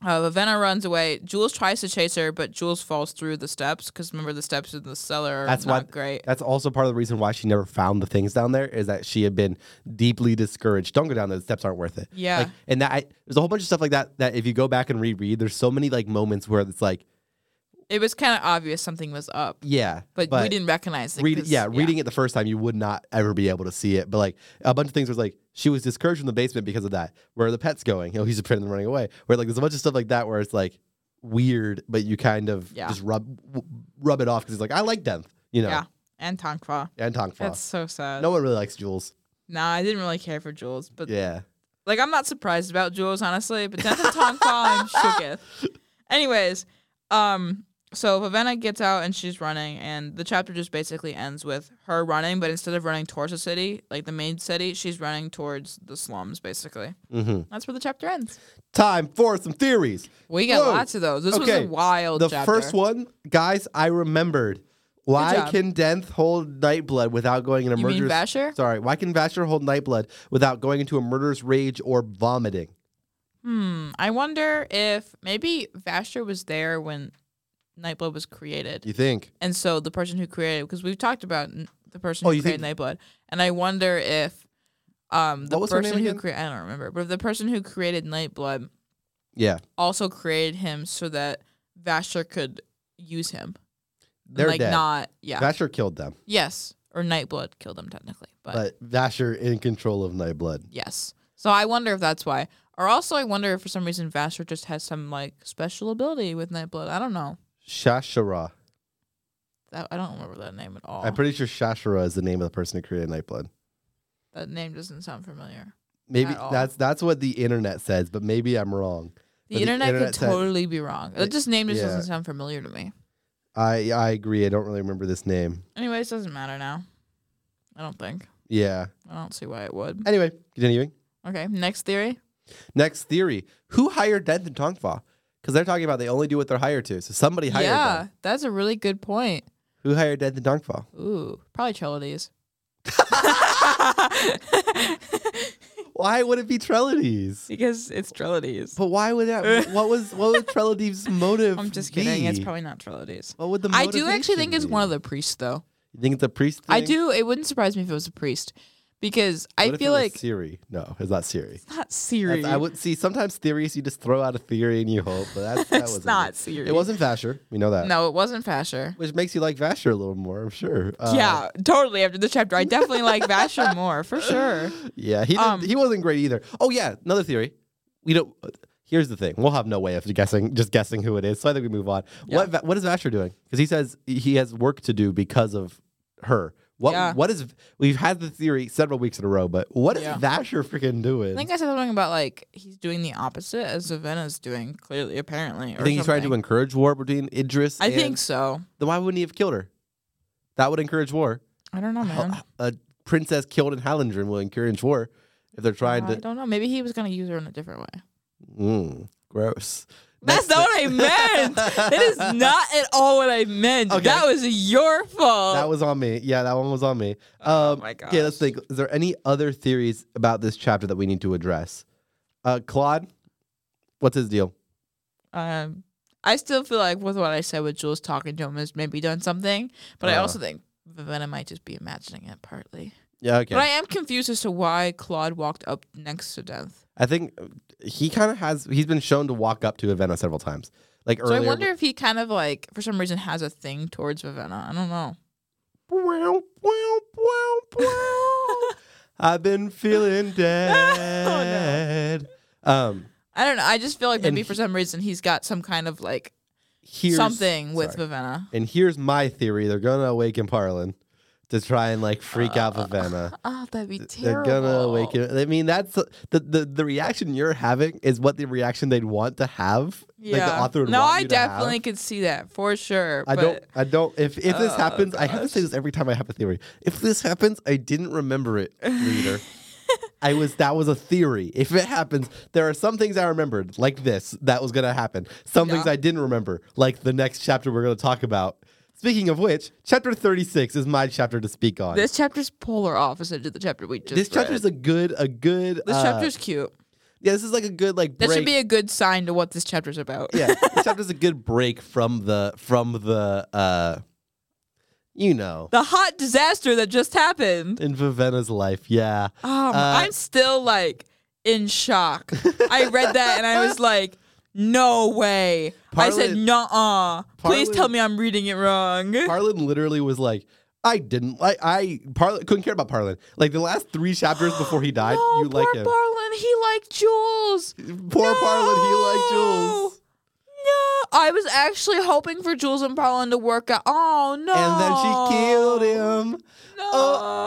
Speaker 3: uh, Ravenna runs away. Jules tries to chase her, but Jules falls through the steps because remember the steps in the cellar are
Speaker 2: That's why-
Speaker 3: not great.
Speaker 2: That's also part of the reason why she never found the things down there is that she had been deeply discouraged. Don't go down there; the steps aren't worth it.
Speaker 3: Yeah.
Speaker 2: Like, and that I, there's a whole bunch of stuff like that that if you go back and reread, there's so many like moments where it's like,
Speaker 3: It was kind of obvious something was up,
Speaker 2: yeah,
Speaker 3: but, we didn't recognize it.
Speaker 2: read-
Speaker 3: 'cause-
Speaker 2: yeah, reading it the first time, you would not ever be able to see it. But like a bunch of things was like she was discouraged from the basement because of that. Where are the pets going? Oh, he's afraid of them running away. Where like there's a bunch of stuff like that where it's like weird, but you kind of
Speaker 3: Yeah.
Speaker 2: just rub w- rub it off because he's like, I like Denth, you know,
Speaker 3: Yeah. And Tonkfa.
Speaker 2: and Tongfa.
Speaker 3: That's so sad.
Speaker 2: No one really likes Jules.
Speaker 3: Nah, I didn't really care for Jules, but
Speaker 2: Yeah.
Speaker 3: like I'm not surprised about Jules, honestly, but Denton Tonfa I'm shooketh. Anyways, um so Vivenna gets out and she's running and the chapter just basically ends with her running, but instead of running towards the city, like the main city, she's running towards the slums basically.
Speaker 2: Mm-hmm.
Speaker 3: That's where the chapter ends.
Speaker 2: Time for some theories.
Speaker 3: We got
Speaker 2: Whoa.
Speaker 3: lots of those. This was
Speaker 2: Okay,
Speaker 3: a wild
Speaker 2: the
Speaker 3: chapter.
Speaker 2: first one, guys, I remembered. Why
Speaker 3: job.
Speaker 2: can Denth hold Nightblood without going into
Speaker 3: You
Speaker 2: murderous?
Speaker 3: mean Vasher?
Speaker 2: Sorry, why can Vasher hold Nightblood without going into a murderous rage or vomiting?
Speaker 3: Hmm. I wonder if maybe Vasher was there when Nightblood was created.
Speaker 2: Do you think?
Speaker 3: and so the person who created because we've talked about n- the person
Speaker 2: Oh,
Speaker 3: who
Speaker 2: you
Speaker 3: created Nightblood, and I wonder if um the
Speaker 2: What was her
Speaker 3: person
Speaker 2: name
Speaker 3: who
Speaker 2: again?
Speaker 3: created I don't remember, but if the person who created Nightblood
Speaker 2: Yeah,
Speaker 3: also created him so that Vasher could use him, And,
Speaker 2: they're
Speaker 3: like
Speaker 2: dead.
Speaker 3: not yeah
Speaker 2: Vasher killed them,
Speaker 3: yes or Nightblood killed him technically, but,
Speaker 2: but Vasher in control of Nightblood.
Speaker 3: yes. So I wonder if that's why, or also I wonder if for some reason Vasher just has some like special ability with Nightblood. I don't know.
Speaker 2: Shashara.
Speaker 3: That, I don't remember that name at all.
Speaker 2: I'm pretty sure Shashara is the name of the person who created Nightblood.
Speaker 3: that name doesn't sound familiar.
Speaker 2: Maybe
Speaker 3: At all.
Speaker 2: that's that's what the internet says, but maybe I'm wrong.
Speaker 3: The
Speaker 2: But the
Speaker 3: internet,
Speaker 2: internet
Speaker 3: could
Speaker 2: said-
Speaker 3: totally be wrong. That
Speaker 2: It-
Speaker 3: just name just
Speaker 2: yeah.
Speaker 3: doesn't sound familiar to me.
Speaker 2: I I agree. I don't really remember this name.
Speaker 3: Anyways, doesn't matter now. I don't think.
Speaker 2: Yeah.
Speaker 3: I don't see why it would.
Speaker 2: Anyway, continuing.
Speaker 3: Okay, next theory.
Speaker 2: Next theory: Who hired Dent and Tongfa? Because they're talking about they only do what they're hired to. So somebody hired
Speaker 3: yeah,
Speaker 2: them.
Speaker 3: that's a really good point.
Speaker 2: Who hired Dent and Tongfa?
Speaker 3: Ooh, probably Chelides.
Speaker 2: Why would it be Trelides?
Speaker 3: because it's Trelides.
Speaker 2: But why would that? what was what was Trelides' motive?
Speaker 3: I'm just kidding.
Speaker 2: Be?
Speaker 3: It's probably not Trelides.
Speaker 2: What would the
Speaker 3: I do
Speaker 2: motivation
Speaker 3: actually think it's
Speaker 2: be?
Speaker 3: one of the priests, though.
Speaker 2: You think it's a priest?
Speaker 3: I
Speaker 2: thing?
Speaker 3: do. It wouldn't surprise me if it was a priest, because
Speaker 2: What
Speaker 3: I
Speaker 2: if
Speaker 3: feel
Speaker 2: it was
Speaker 3: like
Speaker 2: Siri. No, it's not Siri.
Speaker 3: not Siri.
Speaker 2: That's, I would see sometimes theories you just throw out a theory and you hope, but that's that
Speaker 3: it's
Speaker 2: wasn't
Speaker 3: not
Speaker 2: It,
Speaker 3: Siri.
Speaker 2: It wasn't Vasher. We know that.
Speaker 3: No, it wasn't Fasher.
Speaker 2: Which makes you like Vasher a little more, I'm sure. Uh,
Speaker 3: yeah, totally. After the chapter, I definitely like Vasher more for sure.
Speaker 2: Yeah, he didn't,
Speaker 3: Um,
Speaker 2: he wasn't great either. Oh yeah, another theory. We don't. Here's the thing: we'll have no way of guessing, just guessing who it is. So I think we move on. What Va- what is Vasher doing? Because he says he has work to do because of her. What
Speaker 3: Yeah.
Speaker 2: what is we've had the theory several weeks in a row, but what is
Speaker 3: Yeah.
Speaker 2: Vasher freaking doing?
Speaker 3: I think I said something about like he's doing the opposite as Savanna's doing. Clearly, apparently, or
Speaker 2: You think he's trying to
Speaker 3: something.
Speaker 2: encourage war between Idris.
Speaker 3: I
Speaker 2: and-
Speaker 3: think so.
Speaker 2: Then why wouldn't he have killed her? That would encourage war.
Speaker 3: I don't know, man.
Speaker 2: A princess killed in Hallandrin will encourage war if they're trying
Speaker 3: I
Speaker 2: to.
Speaker 3: don't know. Maybe he was gonna use her in a different way.
Speaker 2: Mm, gross.
Speaker 3: That's
Speaker 2: Next
Speaker 3: not
Speaker 2: thi-
Speaker 3: what I meant. that is not at all what I meant.
Speaker 2: Okay.
Speaker 3: That was your fault.
Speaker 2: That was on me. Yeah, that one was on me. Um,
Speaker 3: Um, Oh my
Speaker 2: Okay, let's think. Is there any other theories about this chapter that we need to address? Uh, Claude, what's his deal?
Speaker 3: um, I still feel like with what I said with Jules talking to him is maybe done something, but I
Speaker 2: Uh.
Speaker 3: also think Vivenna might just be imagining it partly.
Speaker 2: Yeah, okay.
Speaker 3: But I am confused as to why Claude walked up next to Death.
Speaker 2: I think he kind of has. He's been shown to walk up to Avena several times. Like
Speaker 3: So I
Speaker 2: earlier.
Speaker 3: wonder if he kind of like for some reason has a thing towards Vivenna. I don't know.
Speaker 2: I've been
Speaker 3: Oh,
Speaker 2: feeling dead. Um,
Speaker 3: I don't know. I just feel like
Speaker 2: And
Speaker 3: maybe for
Speaker 2: he-
Speaker 3: some reason he's got some kind of like
Speaker 2: here's
Speaker 3: something with
Speaker 2: sorry.
Speaker 3: Vivenna.
Speaker 2: And here's my theory: they're gonna awaken Parlin to try and like freak out Vivenna.
Speaker 3: Oh, that'd be
Speaker 2: They're
Speaker 3: terrible.
Speaker 2: gonna awaken. I mean, that's the, the the reaction you're having is what the reaction they'd want to have.
Speaker 3: Yeah.
Speaker 2: Like the author would
Speaker 3: no,
Speaker 2: want
Speaker 3: I
Speaker 2: you to have.
Speaker 3: definitely could see that for sure.
Speaker 2: I
Speaker 3: but
Speaker 2: don't. I don't. If if this
Speaker 3: Oh,
Speaker 2: happens, I have to say this every time I have a theory. If this happens, I didn't remember it, reader. I was that was a theory. If it happens, there are some things I remembered, like this, that was gonna happen. Some things
Speaker 3: Yeah.
Speaker 2: I didn't remember, like the next chapter we're gonna talk about. Speaking of which, chapter 36 is my chapter to speak on.
Speaker 3: This chapter's polar opposite to the chapter we just.
Speaker 2: this chapter is
Speaker 3: read.
Speaker 2: a good, a good
Speaker 3: This
Speaker 2: uh,
Speaker 3: chapter's cute.
Speaker 2: Yeah, this is like a good like
Speaker 3: That
Speaker 2: break.
Speaker 3: should be a good sign to what this chapter's about.
Speaker 2: yeah, this chapter's a good break from the from the uh you know
Speaker 3: the hot disaster that just happened.
Speaker 2: in Vivenna's life. Yeah.
Speaker 3: Um,
Speaker 2: Uh,
Speaker 3: I'm still like in shock. I read that and I was like, no way. I said,
Speaker 2: Parlin-
Speaker 3: nuh-uh. Please
Speaker 2: Parlin-
Speaker 3: tell me I'm reading it wrong.
Speaker 2: Parlin literally was like, I didn't like I Parlin couldn't care about Parlin. Like the last three chapters before he died,
Speaker 3: no,
Speaker 2: you
Speaker 3: poor
Speaker 2: like him.
Speaker 3: Barlin. He liked Jules.
Speaker 2: Poor
Speaker 3: no!
Speaker 2: Parlin, he liked Jules.
Speaker 3: No, I was actually hoping for Jules and Parlin to work out. Oh no!
Speaker 2: And then she killed him.
Speaker 3: No.
Speaker 2: Oh,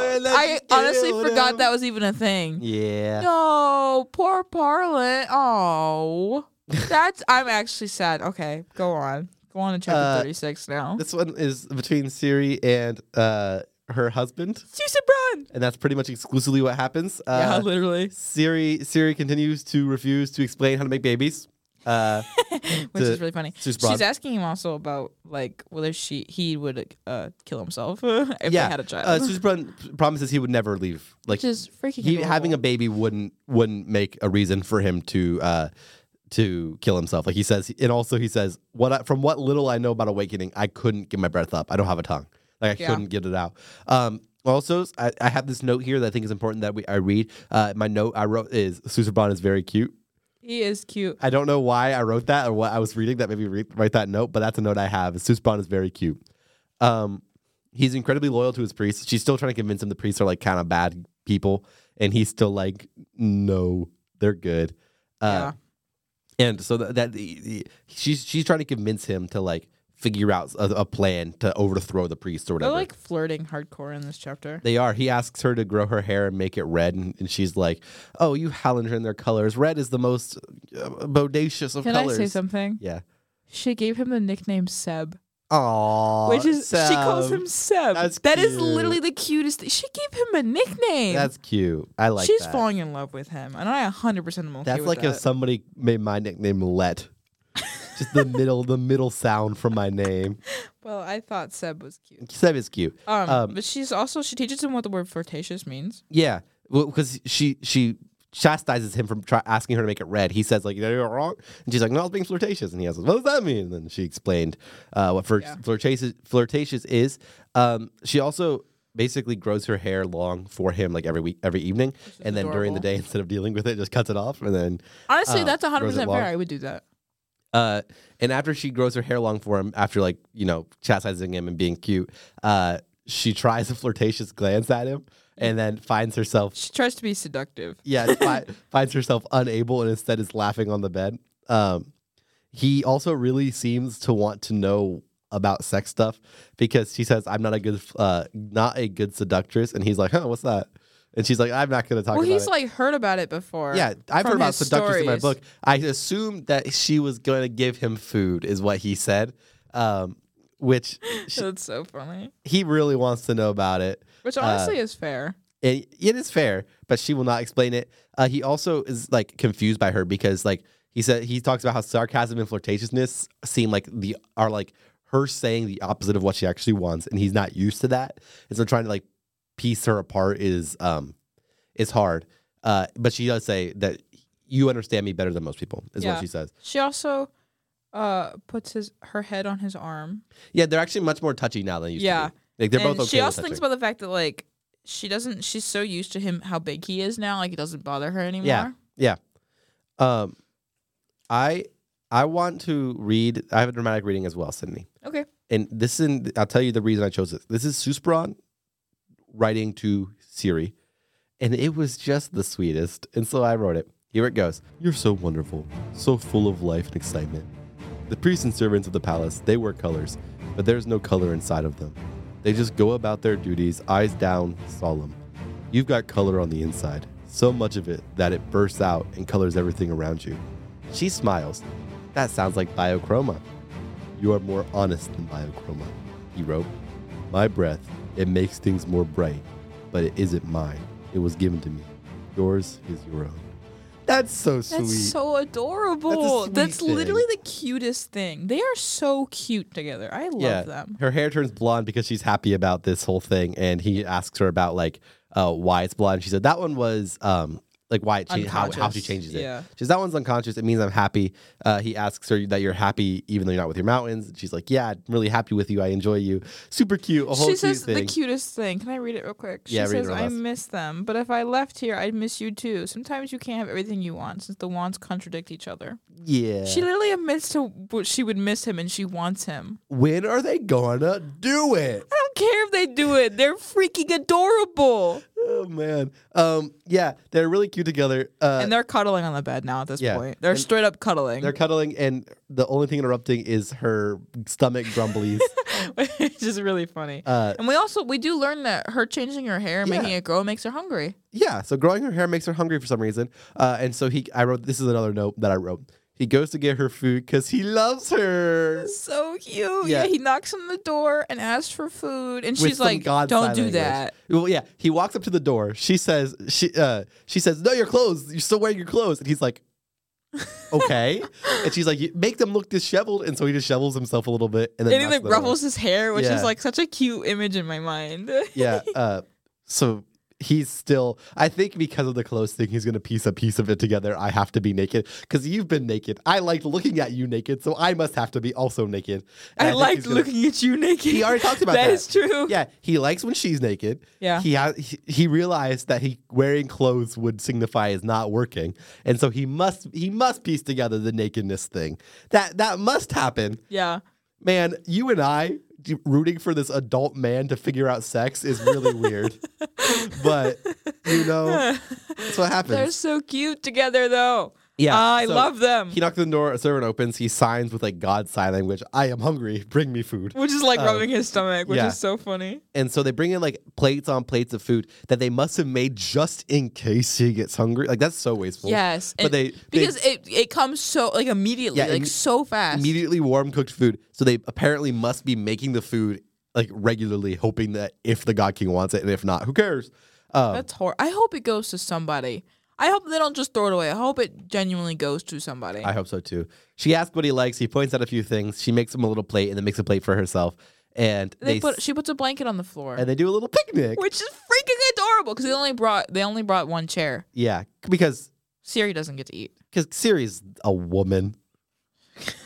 Speaker 2: oh, and then
Speaker 3: I
Speaker 2: she
Speaker 3: honestly
Speaker 2: killed
Speaker 3: forgot
Speaker 2: him.
Speaker 3: that was even a thing.
Speaker 2: Yeah.
Speaker 3: No, poor Parlin. Oh, that's. I'm actually sad. Okay, go on. Go on to chapter
Speaker 2: Uh,
Speaker 3: 36 now.
Speaker 2: This one is between Siri and uh her husband,
Speaker 3: Susan Brown.
Speaker 2: and that's pretty much exclusively what happens.
Speaker 3: yeah,
Speaker 2: Uh,
Speaker 3: literally.
Speaker 2: Siri Siri continues to refuse to explain how to make babies. Uh,
Speaker 3: Which
Speaker 2: the-
Speaker 3: is really funny.
Speaker 2: Susan Brown.
Speaker 3: She's asking him also about like whether she he would uh kill himself if
Speaker 2: yeah,
Speaker 3: they had a child.
Speaker 2: Uh, Susan Brown promises he would never leave. Like
Speaker 3: Which is freaking.
Speaker 2: he, having a
Speaker 3: adorable.
Speaker 2: baby wouldn't wouldn't make a reason for him to uh, to kill himself. Like he says, and also he says, what I, from what little I know about awakening, I couldn't get my breath up. I don't have a tongue. Like I
Speaker 3: Yeah.
Speaker 2: couldn't get it out. Um, also, I, I have this note here that I think is important that we I read. Uh, my note I wrote is Susan Brown is very cute.
Speaker 3: He is cute.
Speaker 2: I don't know why I wrote that or what I was reading that maybe re- write that note, but that's a note I have. Is Susbon is very cute. Um, he's incredibly loyal to his priests. She's still trying to convince him the priests are like kind of bad people, and he's still like, no, they're good. Uh, And so that, that the- the- she's she's trying to convince him to like figure out a, a plan to overthrow the priests or
Speaker 3: They're
Speaker 2: whatever.
Speaker 3: like flirting hardcore in this chapter.
Speaker 2: They are. He asks her to grow her hair and make it red, and, and she's like, "Oh, you Hallander in their colors. Red is the most uh, bodacious of
Speaker 3: Can
Speaker 2: colors."
Speaker 3: I say something?
Speaker 2: Yeah.
Speaker 3: She gave him the nickname Seb,
Speaker 2: Aww.
Speaker 3: which is she calls him Seb.
Speaker 2: that's
Speaker 3: That is
Speaker 2: cute.
Speaker 3: literally the cutest. thing. She gave him a nickname.
Speaker 2: That's cute. I like
Speaker 3: She's
Speaker 2: that.
Speaker 3: falling in love with him, and I 100 percent am okay
Speaker 2: That's
Speaker 3: with
Speaker 2: like if
Speaker 3: that.
Speaker 2: somebody made my nickname Let. Just the middle, the middle sound from my name.
Speaker 3: well, I thought Seb was cute.
Speaker 2: Seb is cute.
Speaker 3: Um,
Speaker 2: Um,
Speaker 3: but she's also she teaches him what the word flirtatious means.
Speaker 2: Yeah, because she she chastises him from try- asking her to make it red. He says like you're wrong, and she's like no, I was being flirtatious. And he asks, what does that mean? And then she explained uh, what flir-
Speaker 3: Yeah.
Speaker 2: flirtatious flirtatious is. Um, she also basically grows her hair long for him like every week every evening and then during the
Speaker 3: adorable.
Speaker 2: day instead of dealing with it just cuts it off and then
Speaker 3: Honestly,
Speaker 2: Uh,
Speaker 3: that's 100
Speaker 2: grows
Speaker 3: percent
Speaker 2: it
Speaker 3: fair.
Speaker 2: long.
Speaker 3: I would do that.
Speaker 2: uh, and after she grows her hair long for him, after like you know chastising him and being cute, uh, she tries a flirtatious glance at him, and then finds herself
Speaker 3: She tries to be seductive.
Speaker 2: yeah fi- finds herself unable, and instead is laughing on the bed. Um, he also really seems to want to know about sex stuff because she says, "I'm not a good uh, not a good seductress," and he's like, "Huh, what's that?" And she's like, "I'm not going to talk
Speaker 3: Well,
Speaker 2: about it."
Speaker 3: he's like heard about it before.
Speaker 2: Yeah, I've heard
Speaker 3: from
Speaker 2: about
Speaker 3: his
Speaker 2: seductress in my
Speaker 3: stories.
Speaker 2: book. I assumed that she was going to give him food, is what he said, um, which she,
Speaker 3: That's so funny.
Speaker 2: he really wants to know about it.
Speaker 3: Which honestly is fair.
Speaker 2: And it is fair, but she will not explain it. Uh, he also is like confused by her because like he said he talks about how sarcasm and flirtatiousness seem like the are like her saying the opposite of what she actually wants, and he's not used to that. And so trying to like piece her apart is um is hard. Uh, but she does say that you understand me better than most people is
Speaker 3: Yeah.
Speaker 2: what she says.
Speaker 3: She also uh puts his her head on his arm.
Speaker 2: Yeah, they're actually much more touchy now than they used
Speaker 3: Yeah.
Speaker 2: to be. Like they're
Speaker 3: and
Speaker 2: both okay.
Speaker 3: She
Speaker 2: with
Speaker 3: also thinks
Speaker 2: touching.
Speaker 3: about the fact that like she doesn't she's so used to him how big he is now, like it doesn't bother her anymore.
Speaker 2: Yeah. Yeah. Um, I I want to read. I have a dramatic reading as well, Sydney.
Speaker 3: Okay.
Speaker 2: And this is. I'll tell you the reason I chose this. This is Susbron writing to Siri, and it was just the sweetest. And so I wrote it. Here it goes. You're so wonderful, so full of life and excitement. The priests and servants of the palace, they wear colors, but there's no color inside of them. They just go about their duties, eyes down, solemn. You've got color on the inside, so much of it that it bursts out and colors everything around you. She smiles. That sounds like biochroma. You are more honest than biochroma, he wrote. My breath, it makes things more bright, but it isn't mine. It was given to me. Yours is your own. That's so sweet.
Speaker 3: That's so adorable.
Speaker 2: sweet
Speaker 3: That's
Speaker 2: thing.
Speaker 3: literally the cutest thing. They are so cute together. I love
Speaker 2: yeah.
Speaker 3: them.
Speaker 2: Her hair turns blonde because she's happy about this whole thing, and he asks her about like uh, why it's blonde. She said that one was um like why it changed, how how she
Speaker 3: Unconscious,
Speaker 2: changes it.
Speaker 3: yeah.
Speaker 2: She says that one's unconscious. It means I'm happy. Uh, he asks her that you're happy even though you're not with your mountains. And she's like, yeah, I'm really happy with you. I enjoy you. Super cute. A whole
Speaker 3: She
Speaker 2: cute
Speaker 3: says
Speaker 2: thing.
Speaker 3: the cutest thing. Can I read it real quick? She
Speaker 2: Yeah, read it
Speaker 3: says,
Speaker 2: real
Speaker 3: I
Speaker 2: fast.
Speaker 3: miss them, but if I left here, I'd miss you too. Sometimes you can't have everything you want since the wants contradict each other.
Speaker 2: yeah.
Speaker 3: She literally admits to what she would miss him and she wants him.
Speaker 2: when are they gonna do it?
Speaker 3: I don't care if they do it. They're freaking adorable.
Speaker 2: Oh man. Um. Yeah, they're really cute together. Uh,
Speaker 3: and they're cuddling on the bed now at this
Speaker 2: yeah.
Speaker 3: point. They're straight up cuddling.
Speaker 2: they're cuddling, and the only thing interrupting is her stomach grumblies.
Speaker 3: it's just really funny.
Speaker 2: Uh,
Speaker 3: and we also we do learn that her changing her hair and
Speaker 2: Yeah.
Speaker 3: making it grow makes her hungry.
Speaker 2: Yeah, so growing her hair makes her hungry for some reason. Uh, and so he, I wrote, this is another note that I wrote. He goes to get her food because he loves her.
Speaker 3: So cute.
Speaker 2: Yeah.
Speaker 3: Yeah. he knocks on the door and asks for food, and
Speaker 2: with
Speaker 3: she's
Speaker 2: some
Speaker 3: like,
Speaker 2: God
Speaker 3: "Don't
Speaker 2: sign
Speaker 3: do
Speaker 2: language."
Speaker 3: that."
Speaker 2: Well, yeah, he walks up to the door. She says, she, uh, she says, no, your clothes. You're still wearing your clothes. And he's like, okay. and she's like, "You- make them look disheveled. And so he dishevels himself a little bit. And then
Speaker 3: And he
Speaker 2: knocks
Speaker 3: like
Speaker 2: on the door.
Speaker 3: ruffles his hair, which
Speaker 2: Yeah.
Speaker 3: is like such a cute image in my mind.
Speaker 2: Yeah. Uh, so he's still, I think because of the clothes thing, he's going to piece a piece of it together. I have to be naked because you've been naked. I liked looking at you naked, so I must have to be also naked. And
Speaker 3: I,
Speaker 2: think
Speaker 3: liked
Speaker 2: he's gonna-
Speaker 3: looking at you naked.
Speaker 2: He already talked about that.
Speaker 3: that is true.
Speaker 2: Yeah, he likes when she's naked.
Speaker 3: Yeah.
Speaker 2: He, ha- he he realized that he wearing clothes would signify is not working, and so he must he must piece together the nakedness thing. That that must happen
Speaker 3: yeah.
Speaker 2: man, you and I d- rooting for this adult man to figure out sex is really weird. But you know, that's what happens.
Speaker 3: They're so cute together, though. Ah,
Speaker 2: yeah,
Speaker 3: I
Speaker 2: so
Speaker 3: love them.
Speaker 2: He knocks on the door. A servant opens. He signs with like God sign language. I am hungry. Bring me food.
Speaker 3: which is like rubbing his stomach, which
Speaker 2: Oh. yeah.
Speaker 3: is so funny.
Speaker 2: And so they bring in like plates on plates of food that they must have made just in case he gets hungry. Like that's so wasteful.
Speaker 3: Yes,
Speaker 2: but
Speaker 3: and-
Speaker 2: they, they
Speaker 3: because it it comes so like immediately,
Speaker 2: Yeah,
Speaker 3: like
Speaker 2: imme-
Speaker 3: so fast.
Speaker 2: immediately warm cooked food. So they apparently must be making the food like regularly, hoping that if the God King wants it, and if not, who cares? Um,
Speaker 3: That's horrible. I hope it goes to somebody. I hope they don't just throw it away. I hope it genuinely goes to somebody.
Speaker 2: I hope so too. She asks what he likes. He points out a few things. She makes him a little plate and then makes a plate for herself. And
Speaker 3: they,
Speaker 2: they,
Speaker 3: put
Speaker 2: s-
Speaker 3: she puts a blanket on the floor,
Speaker 2: and they do a little picnic.
Speaker 3: which is freaking adorable because they only brought they only brought one chair.
Speaker 2: Yeah, because
Speaker 3: Siri doesn't get to eat.
Speaker 2: because Siri's a woman.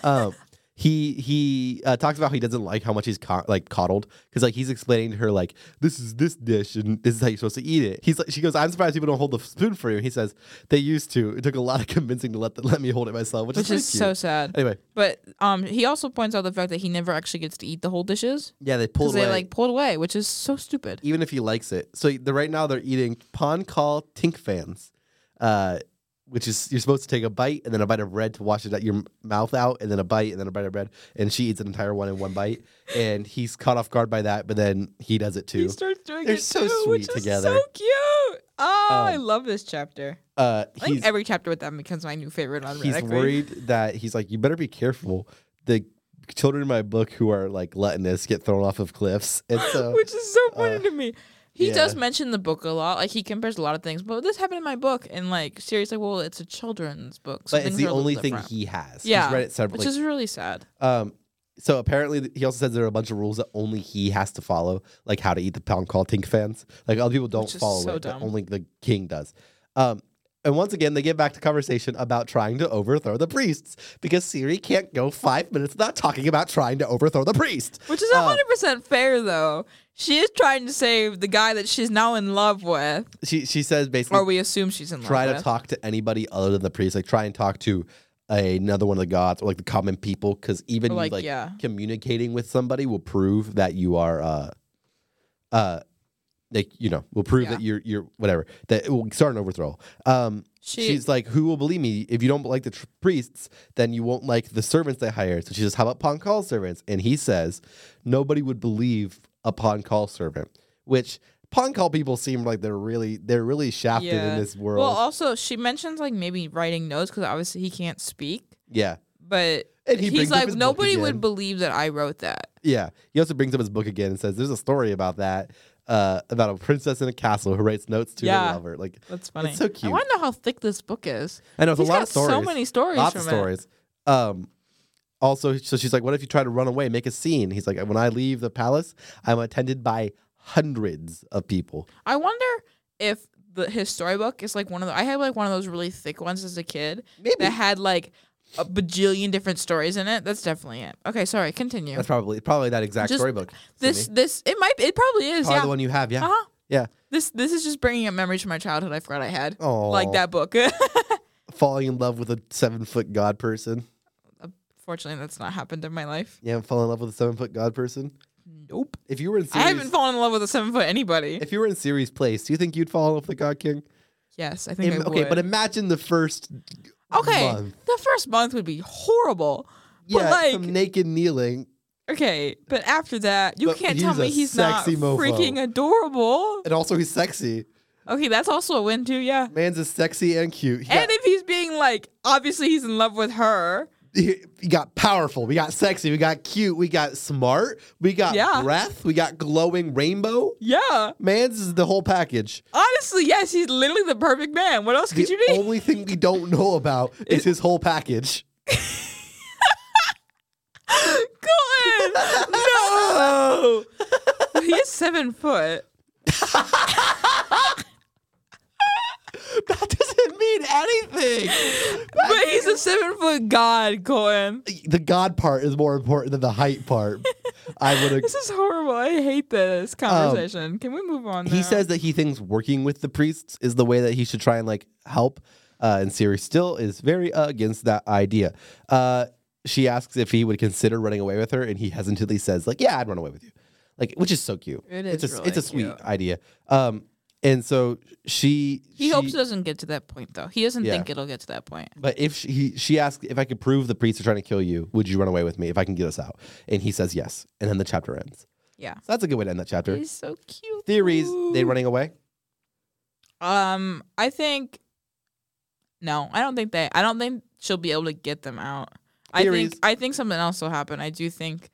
Speaker 2: Um, he he uh, talks about how he doesn't like how much he's co- like coddled because like he's explaining to her like this is this dish and this is how you're supposed to eat it. He's like she goes, I'm surprised people don't hold the spoon for you. And he says they used to. It took a lot of convincing to let the, let me hold it myself, which,
Speaker 3: Which
Speaker 2: is,
Speaker 3: is
Speaker 2: pretty
Speaker 3: so
Speaker 2: cute.
Speaker 3: sad.
Speaker 2: Anyway,
Speaker 3: But um, he also points out the fact that he never actually gets to eat the whole dishes
Speaker 2: yeah, they
Speaker 3: because
Speaker 2: pulled
Speaker 3: they
Speaker 2: away.
Speaker 3: like pulled away, which is so stupid.
Speaker 2: even if he likes it. So the, right now they're eating Pon Call Tink Fans, uh, which is you're supposed to take a bite and then a bite of bread to wash it out your m- mouth out, and then a bite and then a bite of bread. And she eats an entire one in one bite, and he's caught off guard by that, but then he does it
Speaker 3: He
Speaker 2: too.
Speaker 3: starts doing
Speaker 2: They're
Speaker 3: it
Speaker 2: so
Speaker 3: too,
Speaker 2: sweet
Speaker 3: which
Speaker 2: together.
Speaker 3: Is so cute. Oh, I
Speaker 2: Um,
Speaker 3: love this chapter.
Speaker 2: Uh,
Speaker 3: I think
Speaker 2: he's
Speaker 3: every chapter with them becomes my new favorite.
Speaker 2: he's
Speaker 3: automatically.
Speaker 2: worried that he's like, you better be careful. The children in my book who are like gluttonous get thrown off of cliffs, and so
Speaker 3: which is so funny to me. He does
Speaker 2: Uh, yeah.
Speaker 3: mention the book a lot. Like he compares a lot of things, but this happened in my book. And like seriously, well, it's a children's book, so
Speaker 2: but it's
Speaker 3: things
Speaker 2: the
Speaker 3: are a little
Speaker 2: only thing
Speaker 3: different.
Speaker 2: he has.
Speaker 3: Yeah,
Speaker 2: he's read it several.
Speaker 3: which is really sad.
Speaker 2: Um, so apparently, th- he also says there are a bunch of rules that only he has to follow, like how to eat the pound called Tink fans. Like other people don't
Speaker 3: Which is
Speaker 2: follow
Speaker 3: so
Speaker 2: it, but
Speaker 3: dumb.
Speaker 2: only the king does. Um, and once again, they get back to conversation about trying to overthrow the priests because Siri can't go five minutes without talking about trying to overthrow the priest.
Speaker 3: Which is hundred percent fair though. She is trying to save the guy that she's now in love with,
Speaker 2: She she says basically
Speaker 3: or we assume she's in love
Speaker 2: try
Speaker 3: with.
Speaker 2: to talk to anybody other than the priest. Like try and talk to another one of the gods or like the common people because even
Speaker 3: Or,
Speaker 2: you, like,
Speaker 3: like, yeah.
Speaker 2: communicating with somebody will prove that you are uh uh like you know will prove
Speaker 3: Yeah.
Speaker 2: that you're you're whatever that it will start an overthrow. Um,
Speaker 3: She-
Speaker 2: she's like, who will believe me? If you don't like the tr- priests, then you won't like the servants they hired. So she says, how about upon call servants? And he says, nobody would believe upon call servant, which. Pawn call people seem like they're really they're really shafted in this world.
Speaker 3: Well, uh, also she mentions like maybe writing notes because obviously he can't speak,
Speaker 2: Yeah.
Speaker 3: but
Speaker 2: And he brings
Speaker 3: he's
Speaker 2: up
Speaker 3: like
Speaker 2: his book
Speaker 3: nobody
Speaker 2: again."
Speaker 3: would believe that I wrote that.
Speaker 2: Yeah. He also brings up his book again and says, There's a story about that. uh, about a princess in a castle who writes notes to
Speaker 3: Yeah.
Speaker 2: her lover. Like
Speaker 3: That's funny.
Speaker 2: so
Speaker 3: I
Speaker 2: cute.
Speaker 3: want to know how thick this book is.
Speaker 2: I know it's
Speaker 3: He's
Speaker 2: a lot
Speaker 3: got
Speaker 2: of stories.
Speaker 3: So many stories.
Speaker 2: Lots
Speaker 3: from
Speaker 2: of stories. Um, also, so she's like, "What if you try to run away, make a scene?" He's like, "When I leave the palace, I'm attended by hundreds of people."
Speaker 3: It. I wonder if the his storybook is like one of the. I had like one of those really thick ones as a kid
Speaker 2: Maybe
Speaker 3: that had like a bajillion different stories in it. That's definitely it. Okay, sorry. Continue.
Speaker 2: that's probably probably that exact
Speaker 3: Just
Speaker 2: storybook.
Speaker 3: This
Speaker 2: Sydney.
Speaker 3: this it might it probably is.
Speaker 2: probably
Speaker 3: yeah.
Speaker 2: the one you have. Yeah,
Speaker 3: Uh-huh.
Speaker 2: yeah.
Speaker 3: This this is just bringing up memories from my childhood. I forgot I had
Speaker 2: Oh,
Speaker 3: like that book.
Speaker 2: Falling in love with a seven foot god person.
Speaker 3: Fortunately, that's not happened in my life.
Speaker 2: Yeah, I'm falling in love with a seven foot god person.
Speaker 3: Nope.
Speaker 2: If you were in
Speaker 3: I
Speaker 2: series,
Speaker 3: haven't fallen in love with a seven foot anybody.
Speaker 2: if you were in series place, do you think you'd fall in love with the god king?
Speaker 3: yes, I think
Speaker 2: Im-
Speaker 3: I
Speaker 2: okay,
Speaker 3: would.
Speaker 2: but imagine the first.
Speaker 3: okay,
Speaker 2: month.
Speaker 3: the first month would be horrible.
Speaker 2: Yeah,
Speaker 3: like-
Speaker 2: some naked kneeling.
Speaker 3: Okay, but after that, you
Speaker 2: But
Speaker 3: can't tell
Speaker 2: he's a
Speaker 3: me he's not
Speaker 2: sexy mofo.
Speaker 3: freaking adorable.
Speaker 2: And also, he's sexy.
Speaker 3: Okay, that's also a win too. Yeah.
Speaker 2: Man's is sexy and cute. He got-
Speaker 3: And if he's being like, obviously he's in love with her.
Speaker 2: he he got powerful. We got sexy. We got cute. We got smart. We got
Speaker 3: Yeah.
Speaker 2: breath. We got glowing rainbow.
Speaker 3: Yeah.
Speaker 2: Man's is the whole package.
Speaker 3: Honestly, yes, he's literally the perfect man. What else could
Speaker 2: the
Speaker 3: you need?
Speaker 2: only thing we don't know about is his whole package.
Speaker 3: Colton! no! he is seven foot.
Speaker 2: That doesn't mean anything.
Speaker 3: But he's a seven foot god, Colton.
Speaker 2: the God part is more important than the height part. I would.
Speaker 3: This is horrible. I hate this conversation. Can we move
Speaker 2: Um,
Speaker 3: on?
Speaker 2: He
Speaker 3: now?
Speaker 2: says that he thinks working with the priests is the way that he should try and like help. Uh, and Siri still is very uh, against that idea. Uh, she asks if he would consider running away with her, and he hesitantly says, "Like, yeah, I'd run away with you," like, which is so cute.
Speaker 3: It
Speaker 2: it's
Speaker 3: is
Speaker 2: a,
Speaker 3: really
Speaker 2: it's a sweet
Speaker 3: cute.
Speaker 2: idea. Um, and so she
Speaker 3: he
Speaker 2: she-
Speaker 3: hopes it doesn't get to that point, though. He doesn't
Speaker 2: Yeah.
Speaker 3: think it'll get to that point.
Speaker 2: But if she, he, she asks if I could prove the priests are trying to kill you, would you run away with me if I can get us out? And he says yes, and then the chapter ends.
Speaker 3: Yeah.
Speaker 2: so that's a good way to end that chapter.
Speaker 3: He's so cute.
Speaker 2: Theories: They running away?
Speaker 3: Um, I think. No, I don't think they. I don't think she'll be able to get them out. I
Speaker 2: Theories.
Speaker 3: think. I think something else will happen. I do think.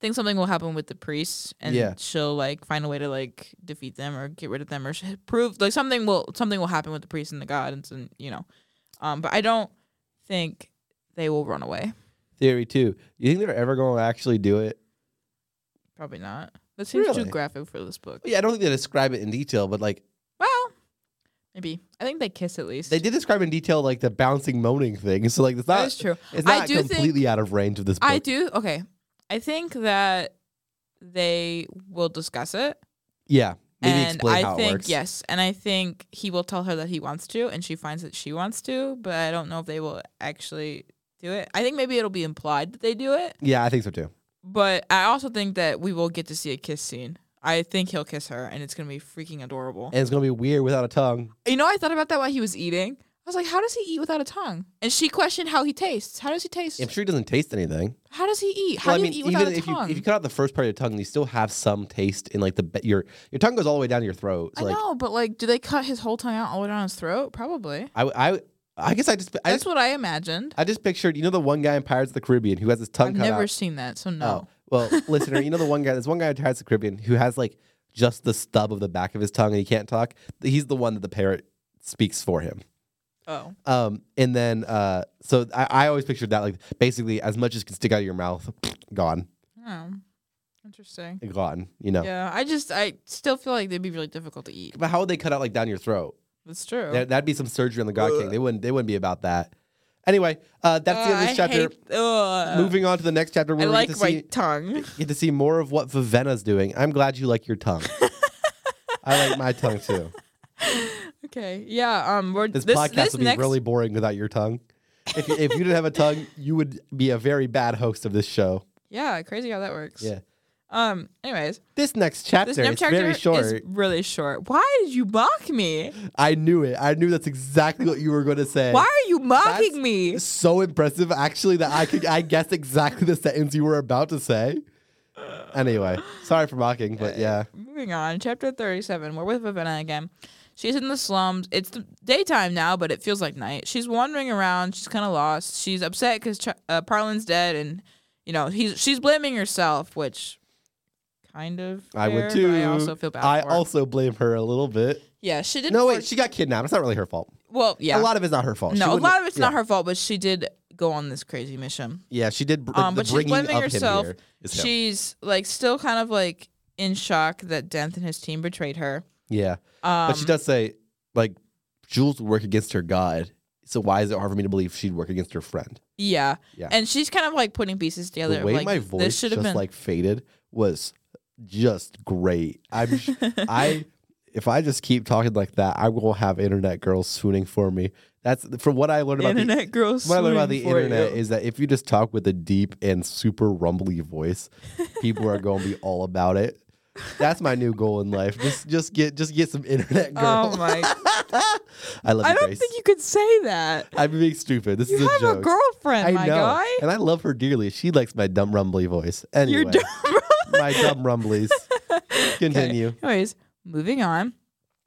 Speaker 3: Think something will happen with the priests, and
Speaker 2: Yeah.
Speaker 3: she'll like find a way to like defeat them or get rid of them or sh- prove like something will something will happen with the priests and the gods and you know, um. But I don't think they will run away.
Speaker 2: Theory two: You think they're ever going to actually do it?
Speaker 3: Probably not. That seems
Speaker 2: Really?
Speaker 3: too graphic for this book.
Speaker 2: Yeah, I don't think they describe it in detail, but like
Speaker 3: Well, maybe. I think they kiss at least.
Speaker 2: they did describe in detail like the bouncing moaning thing. So like it's
Speaker 3: That
Speaker 2: not
Speaker 3: is true.
Speaker 2: it's
Speaker 3: I
Speaker 2: not
Speaker 3: do think-
Speaker 2: completely out of range of this book.
Speaker 3: I do. Okay. I think that they will discuss it.
Speaker 2: yeah, maybe
Speaker 3: and
Speaker 2: explain
Speaker 3: I
Speaker 2: how
Speaker 3: think,
Speaker 2: it works.
Speaker 3: yes. And I think he will tell her that he wants to, and she finds that she wants to, but I don't know if they will actually do it. I think maybe it'll be implied that they do it,
Speaker 2: yeah, I think so too.
Speaker 3: but I also think that we will get to see a kiss scene. I think he'll kiss her, and it's going to be freaking adorable.
Speaker 2: And it's gonna be weird without a tongue.
Speaker 3: You know, I thought about that while he was eating. I was like, how does he eat without a tongue? And she questioned how he tastes. How does he taste?
Speaker 2: I'm sure it doesn't taste anything.
Speaker 3: How does he eat? How
Speaker 2: well, I
Speaker 3: do
Speaker 2: mean,
Speaker 3: you eat
Speaker 2: even
Speaker 3: without a
Speaker 2: if you
Speaker 3: tongue?
Speaker 2: if you cut out the first part of your tongue, you still have some taste in like the be- your your tongue goes all the way down to your throat. So
Speaker 3: I
Speaker 2: like
Speaker 3: know, but like, do they cut his whole tongue out all the way down his throat? Probably.
Speaker 2: I w- I w- I guess I just I
Speaker 3: That's
Speaker 2: just
Speaker 3: what I imagined.
Speaker 2: I just pictured you know the one guy in Pirates of the Caribbean who has his tongue
Speaker 3: I've
Speaker 2: cut
Speaker 3: never
Speaker 2: out.
Speaker 3: seen that, so
Speaker 2: Oh,
Speaker 3: no.
Speaker 2: well, listener, you know the one guy. There's one guy in Pirates of the Caribbean who has like just the stub of the back of his tongue and he can't talk. He's the one that the parrot speaks for him.
Speaker 3: Oh.
Speaker 2: Um, and then uh, so I, I always pictured that like basically as much as can stick out of your mouth, gone,
Speaker 3: Oh. Interesting.
Speaker 2: gone. You know.
Speaker 3: Yeah, I just, I still feel like they'd be really difficult to eat.
Speaker 2: But how would they cut out like down your throat?
Speaker 3: That's true.
Speaker 2: That, that'd be some surgery on the God King. They wouldn't. They wouldn't be about that. Anyway, uh, that's the end of this
Speaker 3: Uh, I
Speaker 2: chapter.
Speaker 3: hate- ugh.
Speaker 2: Moving on to the next chapter,
Speaker 3: I
Speaker 2: where we
Speaker 3: like
Speaker 2: get, to
Speaker 3: my
Speaker 2: see,
Speaker 3: tongue.
Speaker 2: get to see more of what Vivenna's doing. I'm glad you like your tongue. I like my tongue too.
Speaker 3: Okay. Yeah. Um. We're,
Speaker 2: This,
Speaker 3: this
Speaker 2: podcast
Speaker 3: this
Speaker 2: would be
Speaker 3: next,
Speaker 2: really boring without your tongue. If you, if you didn't have a tongue, you would be a very bad host of this show.
Speaker 3: Yeah. Crazy how that works.
Speaker 2: Yeah.
Speaker 3: Um. Anyways,
Speaker 2: This next chapter,
Speaker 3: this next
Speaker 2: it's
Speaker 3: chapter
Speaker 2: very short.
Speaker 3: is really short. Why did you mock me?
Speaker 2: I knew it. I knew that's exactly what you were going to say.
Speaker 3: Why are you mocking
Speaker 2: That's
Speaker 3: me?
Speaker 2: so impressive actually that I could I guessed exactly the sentence you were about to say. Anyway, sorry for mocking,
Speaker 3: Uh,
Speaker 2: but yeah.
Speaker 3: Moving on, chapter 37. We're with Vivenna again. She's in the slums. It's the daytime now, but it feels like night. She's wandering around. She's kind of lost. She's upset because uh, Parlin's dead, and you know he's she's blaming herself, which kind of.
Speaker 2: I would
Speaker 3: fair,
Speaker 2: too.
Speaker 3: but I also feel bad.
Speaker 2: I
Speaker 3: for her.
Speaker 2: also blame her a little bit.
Speaker 3: Yeah, she did.
Speaker 2: No,
Speaker 3: for-
Speaker 2: wait, she got kidnapped. It's not really her fault.
Speaker 3: Well, yeah.
Speaker 2: A lot of it's not her fault. She
Speaker 3: no, a
Speaker 2: wouldn't-
Speaker 3: lot of it's
Speaker 2: yeah.
Speaker 3: not her fault, but she did go on this crazy mission.
Speaker 2: Yeah, she did. br- Like,
Speaker 3: um,
Speaker 2: the
Speaker 3: but she's
Speaker 2: bringing
Speaker 3: blaming
Speaker 2: up
Speaker 3: herself.
Speaker 2: Him here is him.
Speaker 3: She's like still kind of like in shock that Dent and his team betrayed her.
Speaker 2: Yeah,
Speaker 3: Um,
Speaker 2: but she does say like Jules would work against her God. So why is it hard for me to believe she'd work against her friend?
Speaker 3: Yeah.
Speaker 2: Yeah.
Speaker 3: And she's kind of like putting pieces together.
Speaker 2: the way
Speaker 3: like,
Speaker 2: my
Speaker 3: this
Speaker 2: voice
Speaker 3: should
Speaker 2: just
Speaker 3: have been-
Speaker 2: like faded was just great. I'm sh- I if I just keep talking like that, I will have internet girls swooning for me. That's from what I learned about the
Speaker 3: internet girls.
Speaker 2: what I learned about the
Speaker 3: swooning for
Speaker 2: internet
Speaker 3: you.
Speaker 2: is that if you just talk with a deep and super rumbly voice, people are going to be all about it. That's my new goal in life. Just just get just get some internet girl.
Speaker 3: Oh my!
Speaker 2: I love
Speaker 3: I
Speaker 2: you,
Speaker 3: don't
Speaker 2: Grace.
Speaker 3: think you could say that.
Speaker 2: I'm being stupid. This
Speaker 3: You
Speaker 2: is a
Speaker 3: have
Speaker 2: joke.
Speaker 3: a girlfriend,
Speaker 2: I
Speaker 3: my
Speaker 2: know,
Speaker 3: guy.
Speaker 2: and I love her dearly. She likes my dumb rumbly voice. Anyway,
Speaker 3: You're dumb.
Speaker 2: my dumb rumblies. Continue.
Speaker 3: Anyways, moving on.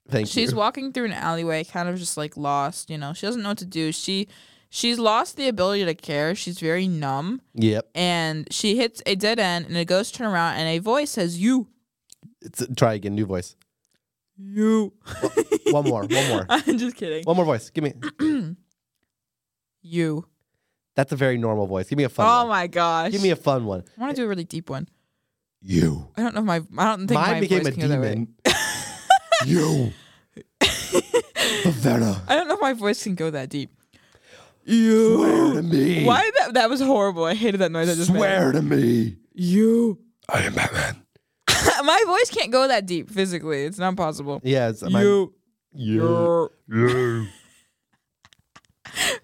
Speaker 2: Thank you.
Speaker 3: She's walking through an alleyway, kind of just like lost. You know, she doesn't know what to do. She she's lost the ability to care. She's very numb,
Speaker 2: Yep.
Speaker 3: and she hits a dead end, and it goes to turn around, and a voice says, "You,
Speaker 2: It's, try again. New voice.
Speaker 3: you."
Speaker 2: One more. One more.
Speaker 3: I'm just kidding.
Speaker 2: One more voice. Give me.
Speaker 3: you.
Speaker 2: That's a very normal voice. Give me a fun one.
Speaker 3: Oh my gosh.
Speaker 2: Give me a fun one.
Speaker 3: I want to do a really deep one.
Speaker 2: You.
Speaker 3: I don't know if my I don't think
Speaker 2: Mine
Speaker 3: my
Speaker 2: became
Speaker 3: voice
Speaker 2: a
Speaker 3: can go that way.
Speaker 2: demon. you. Pavetta.
Speaker 3: I don't know if my voice can go that deep.
Speaker 2: Swear to me.
Speaker 3: Why that that was horrible. I hated that noise. I just made.
Speaker 2: Swear to me.
Speaker 3: You.
Speaker 2: I am Batman.
Speaker 3: my voice can't go that deep physically. It's not possible.
Speaker 2: Yeah. It's, mine-
Speaker 3: you.
Speaker 2: You.
Speaker 3: You're-
Speaker 2: You.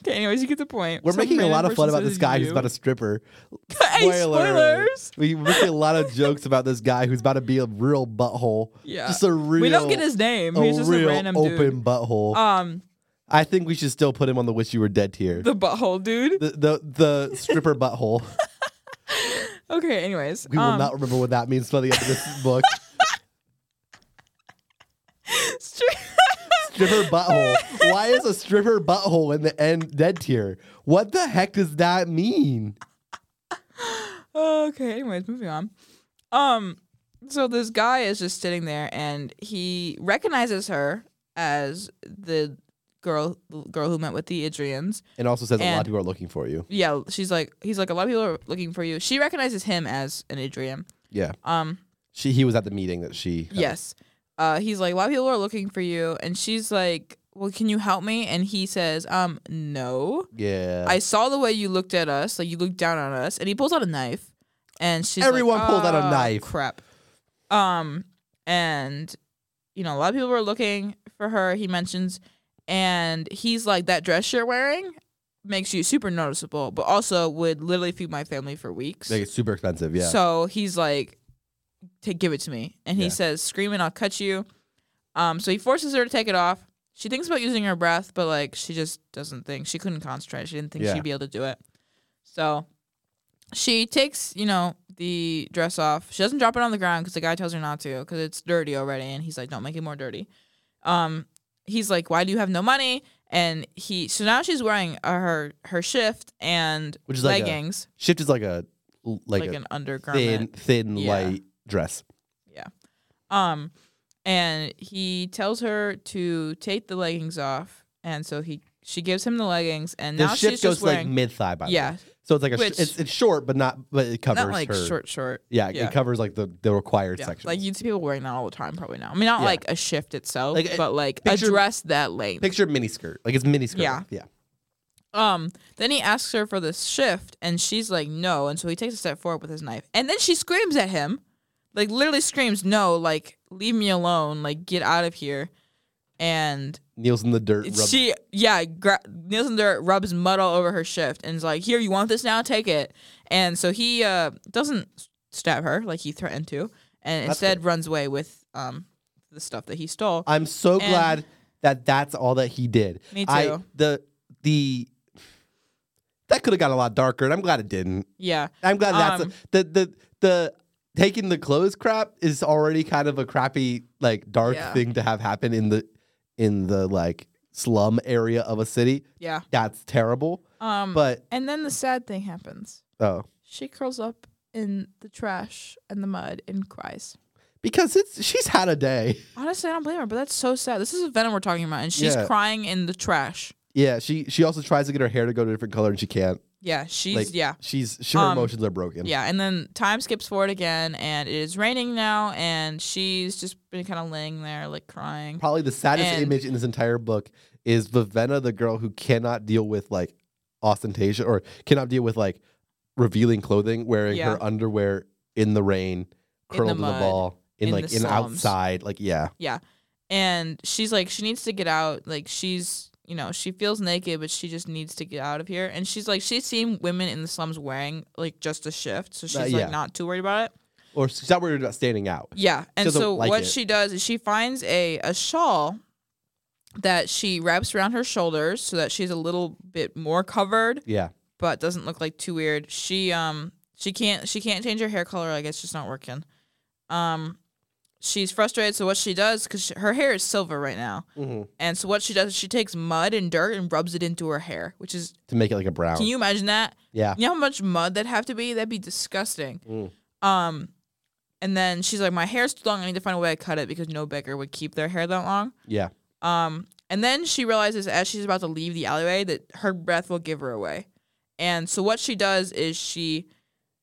Speaker 3: Okay, anyways, you get the point.
Speaker 2: We're
Speaker 3: Some
Speaker 2: making a
Speaker 3: random
Speaker 2: lot of
Speaker 3: person
Speaker 2: fun about
Speaker 3: says
Speaker 2: this guy
Speaker 3: you.
Speaker 2: who's about a stripper.
Speaker 3: Hey,
Speaker 2: alert.
Speaker 3: spoilers.
Speaker 2: We we're making a lot of jokes about this guy who's about to be a real butthole.
Speaker 3: Yeah.
Speaker 2: Just a real.
Speaker 3: We don't get his name.
Speaker 2: a
Speaker 3: He's just a
Speaker 2: real
Speaker 3: random
Speaker 2: open
Speaker 3: dude.
Speaker 2: butthole.
Speaker 3: Um,
Speaker 2: I think we should still put him on the wish you were dead tier. The
Speaker 3: the butthole dude.
Speaker 2: the, the, stripper butthole.
Speaker 3: okay, anyways.
Speaker 2: We will
Speaker 3: um,
Speaker 2: not remember what that means by the end of this book. Stripper butthole. Why is a stripper butthole in the end dead tier? What the heck does that mean?
Speaker 3: okay, anyways, moving on. Um, so this guy is just sitting there, and he recognizes her as the girl girl who met with the Idrians.
Speaker 2: And also says a lot
Speaker 3: And-
Speaker 2: of people are looking for you.
Speaker 3: Yeah, she's like, he's like, a lot of people are looking for you. She recognizes him as an Idrian.
Speaker 2: Yeah.
Speaker 3: Um,
Speaker 2: She he was at the meeting that she had.
Speaker 3: Yes. Uh, he's like, a lot of people are looking for you, and she's like, well, can you help me? And he says, um, no.
Speaker 2: Yeah.
Speaker 3: I saw the way you looked at us, like you looked down on us, and he pulls out a knife, and she's
Speaker 2: Everyone
Speaker 3: like,
Speaker 2: pulled out a
Speaker 3: "Oh,
Speaker 2: knife."
Speaker 3: Crap. Um, and you know, a lot of people were looking for her. He mentions, and he's like, that dress you're wearing makes you super noticeable, but also would literally feed my family for weeks.
Speaker 2: like it's super expensive, yeah.
Speaker 3: So he's like, "Take, give it to me," and he
Speaker 2: Yeah.
Speaker 3: says, "Screaming, I'll cut you." Um, so he forces her to take it off. She thinks about using her breath, but like she just doesn't think she couldn't concentrate. She didn't think
Speaker 2: Yeah.
Speaker 3: she'd be able to do it. So she takes, you know, the dress off. She doesn't drop it on the ground because the guy tells her not to because it's dirty already, and he's like, "Don't make it more dirty." Um, he's like, "Why do you have no money?" And he so now she's wearing uh, her her shift and
Speaker 2: Which is like a-
Speaker 3: leggings,
Speaker 2: Shift is like a like,
Speaker 3: like,
Speaker 2: a
Speaker 3: an undergarment.
Speaker 2: thin, thin,
Speaker 3: Yeah.
Speaker 2: light dress.
Speaker 3: Um, and he tells her to take the leggings off, and so he she gives him the leggings, and
Speaker 2: The
Speaker 3: now she's
Speaker 2: shift
Speaker 3: just
Speaker 2: goes to like
Speaker 3: wearing
Speaker 2: mid thigh, by the
Speaker 3: yeah,
Speaker 2: way. So it's like a
Speaker 3: Which-
Speaker 2: sh- it's, it's short, but not but it covers
Speaker 3: not like
Speaker 2: her.
Speaker 3: short short.
Speaker 2: Yeah,
Speaker 3: yeah.
Speaker 2: it covers like the, the required
Speaker 3: Yeah,
Speaker 2: section.
Speaker 3: like you see people wearing that all the time, probably now. I mean, not
Speaker 2: Yeah.
Speaker 3: like a shift itself,
Speaker 2: Like, uh,
Speaker 3: but like
Speaker 2: picture-
Speaker 3: a dress that length.
Speaker 2: Picture mini skirt, like it's mini skirt.
Speaker 3: Yeah.
Speaker 2: yeah.
Speaker 3: um, then he asks her for this shift, and she's like, "No," and so he takes a step forward with his knife, and then she screams at him, like literally screams, "No! Like leave me alone! Like get out of here!" And
Speaker 2: Kneels in the dirt. Rubs.
Speaker 3: she yeah gra- kneels in the dirt rubs mud all over her shift and is like here you want this now take it and so he uh doesn't stab her like he threatened to and
Speaker 2: That's
Speaker 3: instead
Speaker 2: good.
Speaker 3: runs away with um the stuff that he stole
Speaker 2: I'm so
Speaker 3: And-
Speaker 2: glad that that's all that he did.
Speaker 3: Me
Speaker 2: I,
Speaker 3: too.
Speaker 2: the the that could have got a lot darker, and I'm glad it didn't.
Speaker 3: yeah
Speaker 2: I'm glad that's
Speaker 3: Um,
Speaker 2: the the the taking the clothes crap is already kind of a crappy like dark
Speaker 3: Yeah.
Speaker 2: thing to have happen in the in the like slum area of a city.
Speaker 3: yeah
Speaker 2: That's terrible.
Speaker 3: um
Speaker 2: But
Speaker 3: and then the sad thing happens
Speaker 2: oh
Speaker 3: she curls up in the trash and the mud and cries.
Speaker 2: because it's she's had a day.
Speaker 3: Honestly, I don't blame her, but that's so sad. This is a Venom we're talking about, and she's
Speaker 2: Yeah.
Speaker 3: crying in the trash.
Speaker 2: Yeah, she she also tries to get her hair to go to a different color and she can't.
Speaker 3: Yeah, she's
Speaker 2: Like
Speaker 3: yeah.
Speaker 2: she's she, her
Speaker 3: Um,
Speaker 2: emotions are broken.
Speaker 3: Yeah, and then time skips forward again, and it is raining now, and she's just been kind of laying there, like crying.
Speaker 2: Probably the saddest
Speaker 3: And-
Speaker 2: image in this entire book is Vivenna, the girl who cannot deal with like ostentation or cannot deal with like revealing clothing, wearing
Speaker 3: Yeah.
Speaker 2: her underwear in the rain,
Speaker 3: the
Speaker 2: curled in the,
Speaker 3: mud,
Speaker 2: ball, in,
Speaker 3: in
Speaker 2: like
Speaker 3: the
Speaker 2: in
Speaker 3: slums.
Speaker 2: outside. Like yeah,
Speaker 3: And she's like, she needs to get out. Like, she's, you know, she feels naked, but she just needs to get out of here. And she's like, she's seen women in the slums wearing like just a shift, so she's
Speaker 2: yeah.
Speaker 3: like not too worried about it.
Speaker 2: or she's not worried about standing out.
Speaker 3: Yeah. And
Speaker 2: doesn't
Speaker 3: so
Speaker 2: like
Speaker 3: what
Speaker 2: it.
Speaker 3: she does is she finds a, a shawl that she wraps around her shoulders so that she's a little bit more covered,
Speaker 2: Yeah,
Speaker 3: but doesn't look like too weird. She um she can't she can't change her hair color, I guess just not working. Um she's frustrated, so what she does cuz her hair is silver right now.
Speaker 2: Mhm.
Speaker 3: And so what she does is she takes mud and dirt and rubs it into her hair, which is
Speaker 2: to make it like a brown.
Speaker 3: can you imagine that?
Speaker 2: yeah,
Speaker 3: You know how much mud that'd have to be? That'd be disgusting.
Speaker 2: Mm.
Speaker 3: Um, and then she's like, "My hair's too long. I need to find a way to cut it because no beggar would keep their hair that long."
Speaker 2: yeah.
Speaker 3: Um, and then she realizes as she's about to leave the alleyway that her breath will give her away. And so what she does is she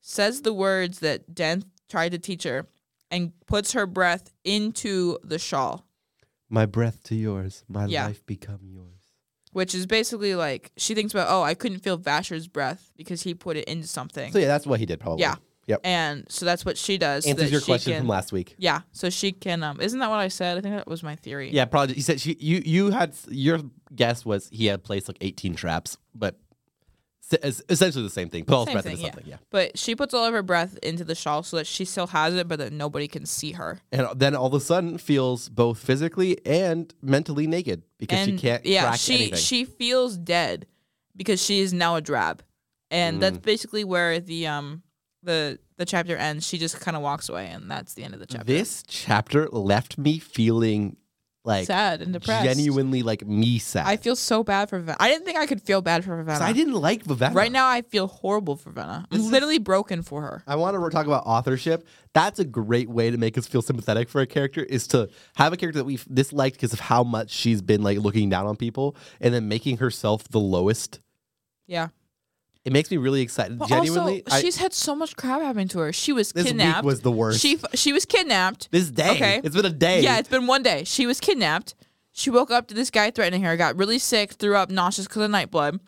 Speaker 3: says the words that Dent tried to teach her and puts her breath into the shawl,
Speaker 2: My breath to yours, my
Speaker 3: Yeah.
Speaker 2: life become yours.
Speaker 3: which is basically like she thinks about, "Oh, I couldn't feel Vasher's breath because he put it into something."
Speaker 2: So yeah, that's what he did probably.
Speaker 3: Yeah.
Speaker 2: Yep.
Speaker 3: and so that's what she does. so
Speaker 2: Answers
Speaker 3: that
Speaker 2: your
Speaker 3: she
Speaker 2: question
Speaker 3: can-
Speaker 2: from last week.
Speaker 3: Yeah, so she can. Um, isn't that what I said? I think that was my theory.
Speaker 2: Yeah, probably. He said she, you you had your guess was he had placed like 18 traps, but s- it's essentially the same thing. Paul's
Speaker 3: Same
Speaker 2: breath
Speaker 3: thing,
Speaker 2: into
Speaker 3: yeah.
Speaker 2: something, yeah.
Speaker 3: But she puts all of her breath into the shawl so that she still has it, but that nobody can see her.
Speaker 2: And then all of a sudden feels both physically and mentally naked because she can't
Speaker 3: yeah,
Speaker 2: track
Speaker 3: she
Speaker 2: anything.
Speaker 3: she feels dead because she is now a drab, and that's
Speaker 2: Mm.
Speaker 3: basically where the um the the chapter ends. She just kind of walks away, and that's the end of the chapter.
Speaker 2: this chapter left me feeling like
Speaker 3: sad and depressed.
Speaker 2: genuinely like me sad.
Speaker 3: I feel so bad for Venna. I didn't think I could feel bad for Venna.
Speaker 2: 'Cause I didn't like Vivenna.
Speaker 3: Right now, I feel horrible for Venna. I'm literally broken for her.
Speaker 2: I want to talk about authorship. That's a great way to make us feel sympathetic for a character is to have a character that we've disliked because of how much she's been like looking down on people and then making herself the lowest.
Speaker 3: Yeah.
Speaker 2: It makes me really excited.
Speaker 3: But
Speaker 2: Genuinely,
Speaker 3: also,
Speaker 2: I-
Speaker 3: she's had so much crap happen to her. She was
Speaker 2: this
Speaker 3: kidnapped.
Speaker 2: week was the worst.
Speaker 3: she f- she was kidnapped.
Speaker 2: this day,
Speaker 3: Okay.
Speaker 2: it's been a day.
Speaker 3: Yeah, it's been one day. She was kidnapped. She woke up to this guy threatening her. Got really sick. Threw up, nauseous because of night blood.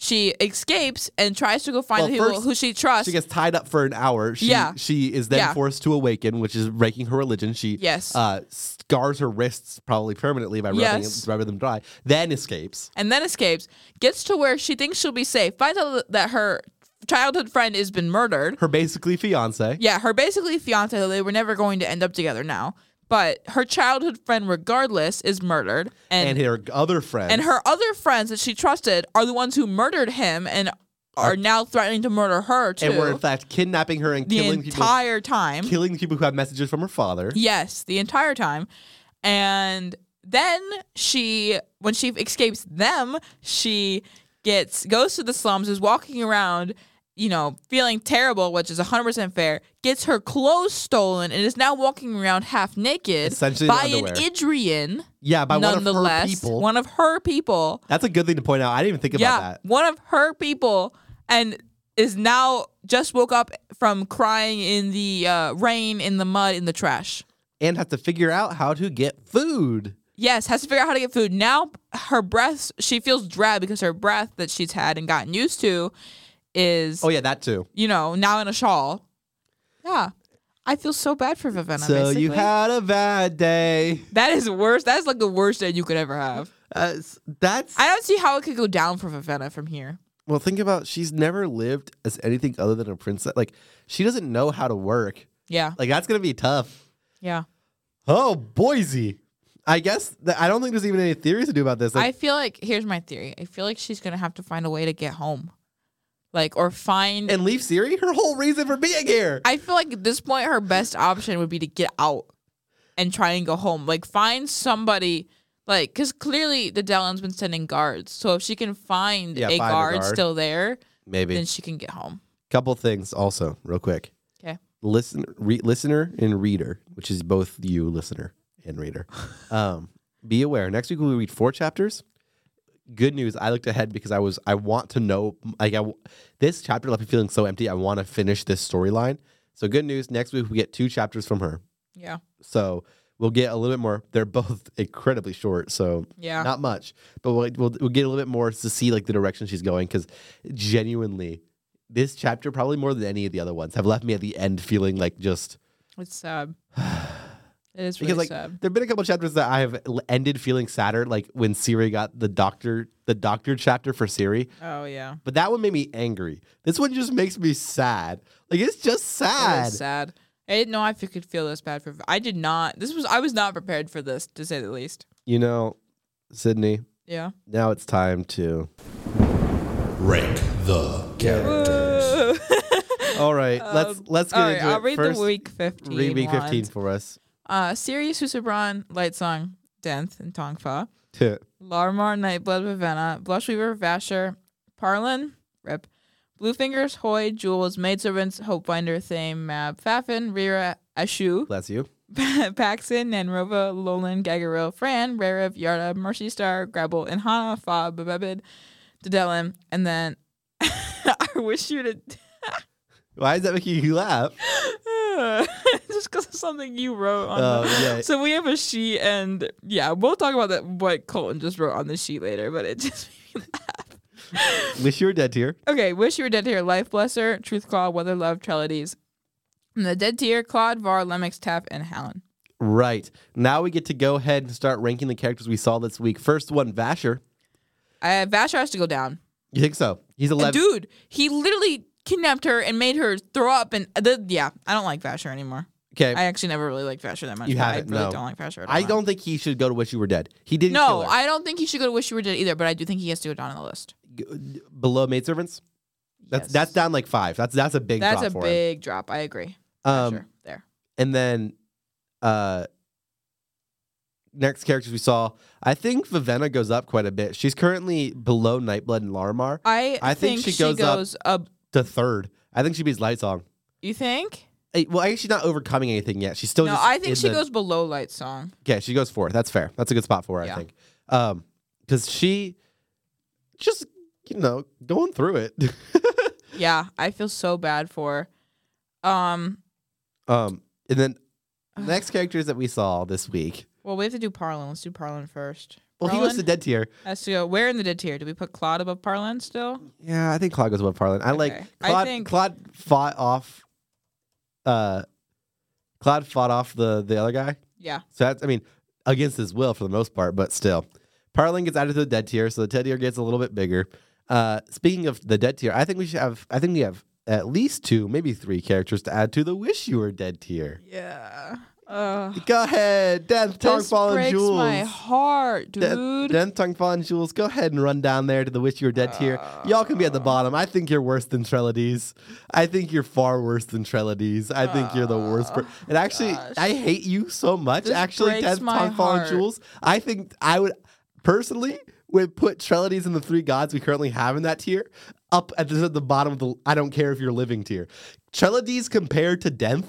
Speaker 3: She escapes and tries to go find
Speaker 2: Well,
Speaker 3: the people
Speaker 2: first,
Speaker 3: who she trusts.
Speaker 2: she gets tied up for an hour. She,
Speaker 3: Yeah.
Speaker 2: she is then
Speaker 3: Yeah.
Speaker 2: forced to awaken, which is breaking her religion. She
Speaker 3: Yes.
Speaker 2: uh, scars her wrists probably permanently by rubbing,
Speaker 3: Yes.
Speaker 2: rubbing them dry. Then escapes.
Speaker 3: and then escapes. Gets to where she thinks she'll be safe. Finds out that her childhood friend has been murdered.
Speaker 2: Her basically fiance.
Speaker 3: Yeah, her basically fiance. They were never going to end up together now. But her childhood friend, regardless, is murdered.
Speaker 2: And her other friend
Speaker 3: And her other friends that she trusted are the ones who murdered him and are now threatening to murder her too.
Speaker 2: and were in fact kidnapping her and
Speaker 3: the
Speaker 2: killing people,
Speaker 3: entire time.
Speaker 2: killing the people who had messages from her father.
Speaker 3: yes, the entire time. And then she when she escapes them, she gets goes to the slums, is walking around you know, feeling terrible, which is 100% fair, gets her clothes stolen and is now walking around half naked
Speaker 2: Essentially in
Speaker 3: by an
Speaker 2: underwear.
Speaker 3: Idrian,
Speaker 2: Yeah, by one of her
Speaker 3: nonetheless,
Speaker 2: people.
Speaker 3: one of her people.
Speaker 2: That's a good thing to point out. I didn't even think about that.
Speaker 3: One of her people and is now just woke up from crying in the uh, rain, in the mud, in the trash.
Speaker 2: And have to figure out how to get food.
Speaker 3: Yes, has to figure out how to get food. Now her breath, she feels drab because her breath that she's had and gotten used to is,
Speaker 2: Oh yeah, that too.
Speaker 3: you know, now in a shawl. Yeah. I feel so bad for Vivenna.
Speaker 2: so you
Speaker 3: basically.
Speaker 2: had a bad day.
Speaker 3: That is worse. That's like the worst day you could ever have.
Speaker 2: Uh, s- that's
Speaker 3: I don't see how it could go down for Vivenna from here.
Speaker 2: well. Think about she's never lived as anything other than a princess. Like she doesn't know how to work.
Speaker 3: Yeah.
Speaker 2: Like that's gonna be tough.
Speaker 3: Yeah.
Speaker 2: Oh Boise. I guess that, I don't think there's even any theories to do about this. Like,
Speaker 3: I feel like here's my theory. I feel like she's gonna have to find a way to get home, like or find.
Speaker 2: and leave Siri. Her whole reason for being here.
Speaker 3: I feel like at this point, her best option would be to get out and try and go home. Like find somebody, like because clearly the Dellen's been sending guards. So if she can find,
Speaker 2: Yeah,
Speaker 3: a,
Speaker 2: find a
Speaker 3: guard
Speaker 2: guard.
Speaker 3: still there,
Speaker 2: Maybe
Speaker 3: then she can get home.
Speaker 2: Couple things also, real quick. listen, re, listener and reader, which is both you, listener and reader. Um, be aware. Next week we will read four chapters. Good news. I looked ahead because I was I want to know like I w- this chapter left me feeling so empty. I want to finish this storyline. So good news. Next week we get two chapters from her.
Speaker 3: Yeah.
Speaker 2: So we'll get a little bit more. They're both incredibly short. So
Speaker 3: Yeah.
Speaker 2: not much, but we'll, we'll we'll get a little bit more to see like the direction she's going because genuinely, this chapter probably more than any of the other ones have left me at the end feeling like just
Speaker 3: It's sad. It is really
Speaker 2: because like
Speaker 3: sad.
Speaker 2: there've been a couple chapters that I have l- ended feeling sadder like when Siri got the doctor the doctor chapter for Siri,
Speaker 3: Oh yeah.
Speaker 2: but that one made me angry. This one just makes me sad. Like it's just
Speaker 3: It
Speaker 2: sad.
Speaker 3: is sad. I didn't know I f- could feel this bad for. I did not. This was. I was not prepared for this, to say the least.
Speaker 2: You know, Sydney.
Speaker 3: Yeah.
Speaker 2: Now it's time to.
Speaker 1: Rank the characters.
Speaker 2: All right, let's let's get
Speaker 3: Um, All right,
Speaker 2: into it.
Speaker 3: I'll read
Speaker 2: First,
Speaker 3: the week fifteen.
Speaker 2: read week fifteen
Speaker 3: ones.
Speaker 2: for us.
Speaker 3: Uh, Sirius Husabran, Light Song, Denth, and Tongfa.
Speaker 2: To
Speaker 3: Larmar, Nightblood, Vivenna, Blushweaver, Vasher, Parlin, Rip, Bluefingers, Hoy, Jules, Maidservants, Hopefinder, Thame, Mab, Fafin, Rira, Ashu,
Speaker 2: bless you.
Speaker 3: Paxson, Nanrova, Lolan, Gagaril, Fran, Rarev, Yarda, Mercy Star, Grabble, and Hana, Fa, Bebebid, Dedelin, and then I wish you'd
Speaker 2: Why is that making you laugh?
Speaker 3: just because of something you wrote on
Speaker 2: Oh,
Speaker 3: the-
Speaker 2: yeah.
Speaker 3: So we have a sheet, and yeah, we'll talk about that what Colton just wrote on the sheet later. But it just
Speaker 2: Wish you were dead here.
Speaker 3: okay. Wish you were dead here. Life blesser, truth claw, weather love, trellides. And the dead tier: Claude, Var, Lemix, Taff, and Hallen.
Speaker 2: Right. Now we get to go ahead and start ranking the characters we saw this week. First one, Vasher.
Speaker 3: Uh, Vasher has to go down.
Speaker 2: You think so? He's 11.
Speaker 3: Dude, he literally kidnapped her and made her throw up. And the, yeah, I don't like Vasher anymore.
Speaker 2: okay.
Speaker 3: I
Speaker 2: I,
Speaker 3: actually never really liked Vasher that much.
Speaker 2: You
Speaker 3: but I
Speaker 2: haven't,
Speaker 3: really
Speaker 2: no.
Speaker 3: don't like Vasher. At all.
Speaker 2: don't think he should go to Wish You Were Dead. He didn't
Speaker 3: No,
Speaker 2: kill her.
Speaker 3: I don't think he should go to Wish You Were Dead either. But I do think he has to go down on the list.
Speaker 2: G- Below Maidservants? That's
Speaker 3: Yes.
Speaker 2: that's down like five. That's that's a big
Speaker 3: That's
Speaker 2: drop
Speaker 3: a
Speaker 2: for
Speaker 3: big drop. I agree.
Speaker 2: him.
Speaker 3: For
Speaker 2: Um,
Speaker 3: sure. There.
Speaker 2: And then uh next characters we saw. I think Vivenna goes up quite a bit. She's currently below Nightblood and Larimar
Speaker 3: I,
Speaker 2: I think
Speaker 3: think,
Speaker 2: she
Speaker 3: she
Speaker 2: goes
Speaker 3: goes,
Speaker 2: up-
Speaker 3: up.
Speaker 2: to third. I think she beats Lightsong.
Speaker 3: You think?
Speaker 2: Hey, Well, I guess she's not overcoming anything yet. She's still.
Speaker 3: no,
Speaker 2: just
Speaker 3: I
Speaker 2: in
Speaker 3: think she
Speaker 2: the-
Speaker 3: goes below Light Song.
Speaker 2: Okay, she goes fourth. That's fair. That's a good spot for her, I
Speaker 3: Yeah.
Speaker 2: think. Um, because she just you know going through it.
Speaker 3: Yeah, I feel so bad for. her. Um.
Speaker 2: um, and then next characters that we saw this week.
Speaker 3: Well, we have to do Parlin. Let's do Parlin first.
Speaker 2: Well, he
Speaker 3: Parlin
Speaker 2: goes to dead tier.
Speaker 3: has to go. Where in the dead tier? Do we put Claude above Parlin still?
Speaker 2: Yeah, I think Claude goes above Parlin. I
Speaker 3: Okay.
Speaker 2: like
Speaker 3: I
Speaker 2: Claude.
Speaker 3: think-
Speaker 2: Claude fought off. Uh, Claude fought off the the other guy.
Speaker 3: Yeah.
Speaker 2: So that's, I mean, against his will for the most part, but still. Parlin gets added to the dead tier, so the dead tier gets a little bit bigger. Uh, speaking of the dead tier, I think we should have, I think we have at least two, maybe three characters to add to the Wish You Were Dead tier.
Speaker 3: Yeah. Uh,
Speaker 2: Go ahead, Death,
Speaker 3: this
Speaker 2: Tongfall, and
Speaker 3: breaks
Speaker 2: Jules.
Speaker 3: my heart, dude.
Speaker 2: Death, Tongfall, and Jules, go ahead and run down there to the Wish You Were Dead tier. Y'all can be
Speaker 3: Ah.
Speaker 2: at the bottom. I think you're worse than Trellides. I think you're far worse than Trellides. I think you're the worst. Per- and actually,
Speaker 3: Ah. gosh.
Speaker 2: I hate you so much.
Speaker 3: This
Speaker 2: actually,
Speaker 3: breaks
Speaker 2: Death,
Speaker 3: my
Speaker 2: Tongfall, and
Speaker 3: heart.
Speaker 2: Jules. I think I would personally would put Trellides and the three gods we currently have in that tier up at the, at the bottom of the I don't care if you're living tier. Trellides compared to Denth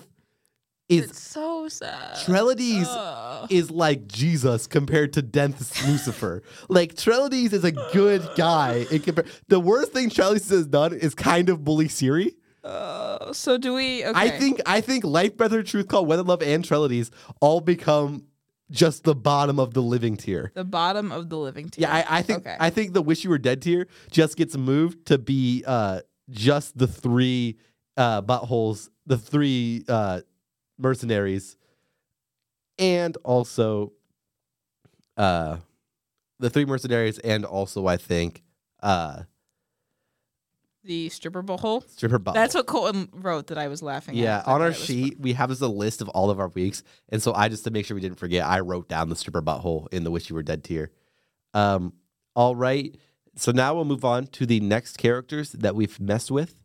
Speaker 2: is
Speaker 3: it's so sad.
Speaker 2: Trellides
Speaker 3: Ugh.
Speaker 2: is like Jesus compared to Denth's Lucifer. Like Trellides is a good guy. In compar- the worst thing Trellides has done is kind of bully Siri.
Speaker 3: Uh, so do we? Okay.
Speaker 2: I think I think Life Brother, Truth Call, Weather Love, and Trellides all become just the bottom of the living tier.
Speaker 3: the bottom of the living tier.
Speaker 2: Yeah, I, I think
Speaker 3: Okay.
Speaker 2: I think the Wish You Were Dead tier just gets moved to be uh, just the three uh, buttholes, the three uh, mercenaries, and also uh, the three mercenaries, and also I think uh,
Speaker 3: the stripper hole.
Speaker 2: stripper butthole.
Speaker 3: That's what Colton wrote that I was laughing at.
Speaker 2: yeah,
Speaker 3: 'cause I
Speaker 2: on
Speaker 3: thought
Speaker 2: our
Speaker 3: it was
Speaker 2: sheet we have as a list of all of our weeks, and so I just to make sure we didn't forget, I wrote down the stripper butthole in the "Wish You Were Dead" tier. Um, all right, so now we'll move on to the next characters that we've messed with.
Speaker 3: fun.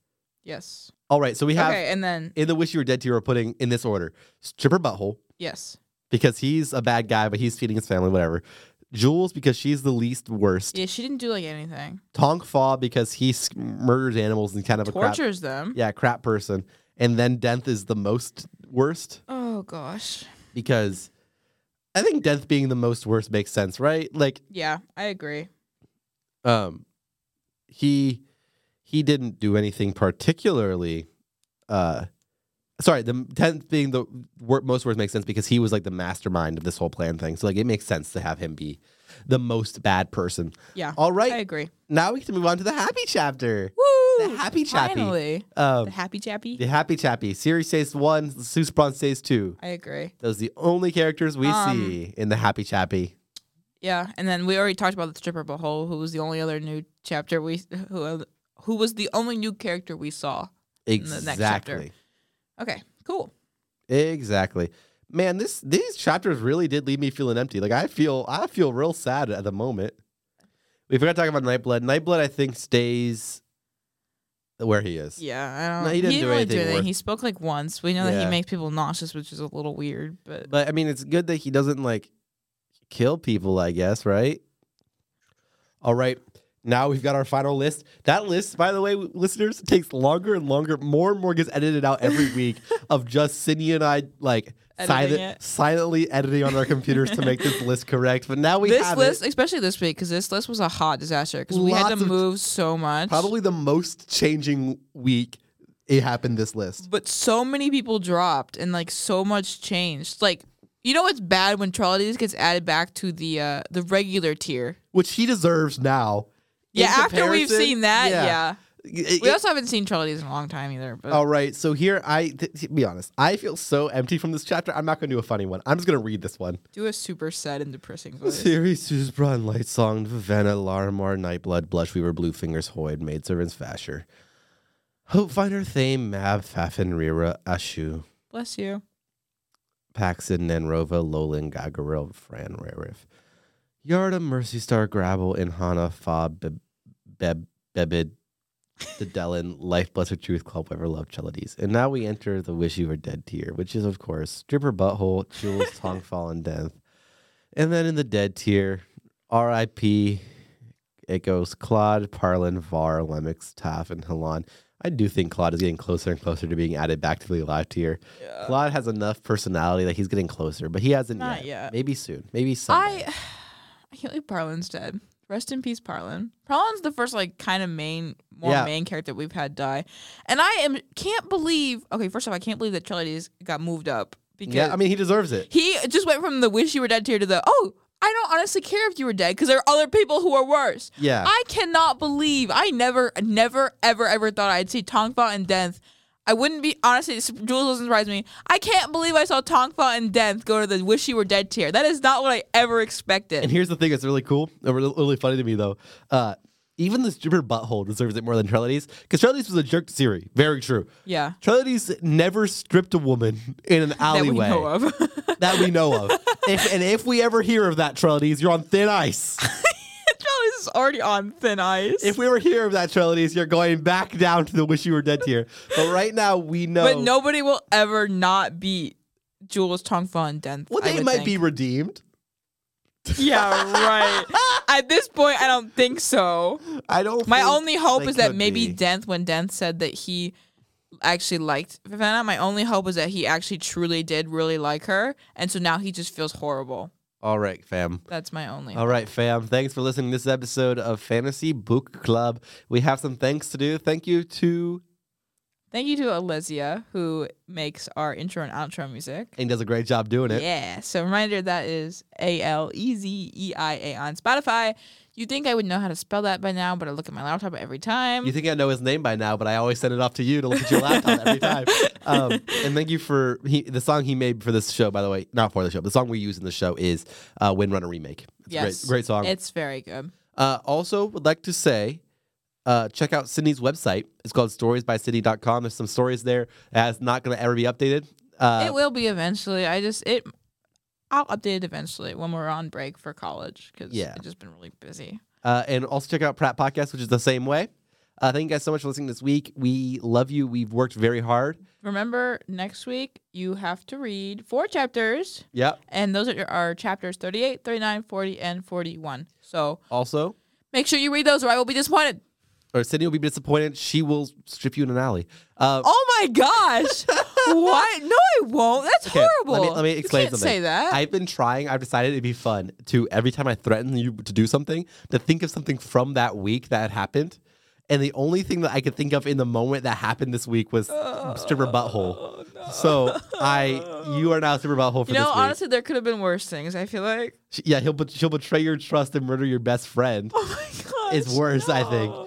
Speaker 3: Yes.
Speaker 2: All right, so we have
Speaker 3: okay, and then
Speaker 2: in the "Wish You Were Dead" tier. We're putting in this order: stripper butthole
Speaker 3: yes,
Speaker 2: because he's a bad guy, but he's feeding his family, whatever. Jules because she's the least worst.
Speaker 3: yeah, she didn't do like anything.
Speaker 2: Tong Fa because he s- murders animals and kind of a crap,
Speaker 3: Tortures them.
Speaker 2: yeah crap person. and then Denth is the most worst
Speaker 3: Oh gosh.
Speaker 2: because I think Denth being the most worst makes sense, right? Like
Speaker 3: Yeah, I agree.
Speaker 2: um he he didn't do anything particularly uh sorry the 10th being the wor- most worst makes sense because he was like the mastermind of this whole plan thing so like it makes sense to have him be the most bad person
Speaker 3: Yeah.
Speaker 2: all
Speaker 3: I
Speaker 2: right
Speaker 3: agree.
Speaker 2: now we can move on to the happy chapter
Speaker 3: Woo!
Speaker 2: the happy chappy
Speaker 3: Finally. The
Speaker 2: um
Speaker 3: happy chappy.
Speaker 2: the happy chappy series says one susbron says two
Speaker 3: I agree.
Speaker 2: those are the only characters we
Speaker 3: Um,
Speaker 2: see in the happy chappy
Speaker 3: Yeah, and then we already talked about the stripper Behold, who was the only other new chapter we who uh, who was the only new character we saw. the next chapter.
Speaker 2: exactly
Speaker 3: Okay, cool.
Speaker 2: Exactly. Man, this these chapters really did leave me feeling empty. Like I feel I feel real sad at the moment. We forgot to talk about Nightblood. Nightblood, I think, stays where he is.
Speaker 3: Yeah, I don't.
Speaker 2: No, he
Speaker 3: he
Speaker 2: didn't
Speaker 3: didn't,
Speaker 2: do
Speaker 3: really
Speaker 2: anything
Speaker 3: do anything.
Speaker 2: worth-
Speaker 3: He spoke like once. We know that
Speaker 2: Yeah.
Speaker 3: he makes people nauseous, which is a little weird, but
Speaker 2: But I mean, it's good that he doesn't like kill people. I guess, right? All right. Now we've got our final list. That list, by the way, listeners, takes longer and longer. More and more gets edited out every week of just Cindy and I like
Speaker 3: Editing
Speaker 2: silent,
Speaker 3: it.
Speaker 2: silently editing on our computers to make this list correct. But now we
Speaker 3: this
Speaker 2: have
Speaker 3: list,
Speaker 2: it.
Speaker 3: especially this week, because this list was a hot disaster because we had
Speaker 2: Lots
Speaker 3: to
Speaker 2: of-
Speaker 3: move so much.
Speaker 2: probably the most changing week it happened this list.
Speaker 3: but so many people dropped and like so much changed. Like, you know, it's bad when Trolleys gets added back to the uh the regular tier.
Speaker 2: Which he deserves now. In
Speaker 3: Yeah, after we've
Speaker 2: comparison-
Speaker 3: seen that, yeah.
Speaker 2: It- Oh.
Speaker 3: We
Speaker 2: it-
Speaker 3: also haven't seen Trolleys in a long time either. But
Speaker 2: All right, so here I th- to be honest, I feel so empty from this chapter. I'm not going to do a funny one. I'm just going to read this one.
Speaker 3: do a super sad and depressing voice.
Speaker 2: Siri, Susbron, Light Song, Vivenna, Larimar, Nightblood, Blushweaver, Bluefingers, Hoyd, Maidservants, Fasher, Hopefinder, Thame, Mab, Fafin, Rira, Ashu,
Speaker 3: Bless you.
Speaker 2: Paxton, Nanrova, Lolin, Gagaril, Fran, Rarif, Yarda, Mercy Star, Gravel, Inhana, Fob, Beb, Beb, Bebid, Dedelin, Life, Blessed Truth, Club, Ever Love, Cheladies. And now we enter the Wish You Were Dead tier, which is, of course, Stripper Butthole, Jules, Tongfall, and Death. And then in the Dead tier, RIP, it goes Claude, Parlin, Var, Lemix, Taff, and Halan. I do think Claude is getting closer and closer to being added back to the alive tier. Claude has enough personality that he's getting closer, but he hasn't
Speaker 3: Not
Speaker 2: yet.
Speaker 3: yet.
Speaker 2: Maybe soon. Maybe someday.
Speaker 3: I I can't believe Parlin's dead. Rest in peace, Parlin. Parlin's the first like kind of main, more
Speaker 2: Yeah.
Speaker 3: main character we've had die, and I am can't believe. Okay, first off, I can't believe that Charlie's got moved up because
Speaker 2: yeah, I mean, he deserves it.
Speaker 3: he just went from the wish you were dead tier to the oh I don't honestly care if you were dead because there are other people who are worse.
Speaker 2: Yeah.
Speaker 3: I cannot believe I never, never, ever, ever thought I'd see Tongfa and Denth. I wouldn't be honestly. this- Jules doesn't surprise me. I can't believe I saw Tongfa and Denth go to the wish you were dead tier. That is not what I ever expected.
Speaker 2: And here's the thing that's really cool, uh, re- really funny to me though. Uh, even this jibber butthole deserves it more than Trellides, because Trellides was a jerk to Siri. Very true.
Speaker 3: yeah.
Speaker 2: Trellides never stripped a woman in an
Speaker 3: That
Speaker 2: alleyway
Speaker 3: we know of.
Speaker 2: that we know of. if, and if we ever hear of that, Trellides, you're on thin ice.
Speaker 3: Charlie's is already on thin ice.
Speaker 2: if we ever hear of that, Trellides, you're going back down to the wish you were dead tier. But right now, we know.
Speaker 3: but nobody will ever not beat Jules, Tongfa, and Denth.
Speaker 2: well,
Speaker 3: I
Speaker 2: they
Speaker 3: would
Speaker 2: might
Speaker 3: think.
Speaker 2: be redeemed.
Speaker 3: Yeah, right. At this point, I don't think so.
Speaker 2: I don't.
Speaker 3: My
Speaker 2: think
Speaker 3: only hope
Speaker 2: they
Speaker 3: is that
Speaker 2: could
Speaker 3: maybe
Speaker 2: be.
Speaker 3: Denth, when Denth said that he actually liked Vivenna, my only hope is that he actually truly did really like her, and so now he just feels horrible.
Speaker 2: All right, fam.
Speaker 3: That's my only.
Speaker 2: All right, fam. Thanks for listening to this episode of Fantasy Book Club. We have some thanks to do. Thank you to
Speaker 3: Thank you to Alesia who makes our intro and outro music.
Speaker 2: and does a great job doing it.
Speaker 3: Yeah. So reminder that is A L E Z E I A on Spotify. You think I would know how to spell that by now, but I look at my laptop every time.
Speaker 2: You think I know his name by now, but I always send it off to you to look at your laptop every time. Um, and thank you for he, the song he made for this show, by the way. Not for the show. but The song we use in the show is uh, Windrunner Remake. It's a
Speaker 3: yes.
Speaker 2: great, great song.
Speaker 3: It's very good.
Speaker 2: Uh, also, would like to say, uh, check out Sydney's website. It's called storiesbycity.com. There's some stories there that's not going to ever be updated. Uh,
Speaker 3: it will be eventually. I just it. I'll update it eventually when we're on break for college because
Speaker 2: Yeah.
Speaker 3: I've just been really busy.
Speaker 2: Uh, and also check out Pratt Podcast, which is the same way. Uh, thank you guys so much for listening this week. We love you. We've worked very hard.
Speaker 3: Remember, next week you have to read four chapters,
Speaker 2: Yep.
Speaker 3: and those are, are chapters 38, 39, 40, and 41. So
Speaker 2: Also,
Speaker 3: make sure you read those, or I will be disappointed.
Speaker 2: or Sydney will be disappointed. She will strip you in an alley. Uh,
Speaker 3: Oh my gosh! what? No, I won't. That's
Speaker 2: okay,
Speaker 3: horrible.
Speaker 2: Let me, let me explain
Speaker 3: you can't
Speaker 2: something.
Speaker 3: Say that.
Speaker 2: I've been trying. I've decided it'd be fun to every time I threaten you to do something to think of something from that week that happened. And the only thing that I could think of in the moment that happened this week was stripper butthole. So I, you are now stripper butthole for
Speaker 3: Oh, you know,
Speaker 2: this week.
Speaker 3: honestly, there could have been worse things. I feel like.
Speaker 2: She- yeah, he'll bet- she'll betray your trust and murder your best friend.
Speaker 3: Oh my gosh!
Speaker 2: It's worse, I think.
Speaker 3: no.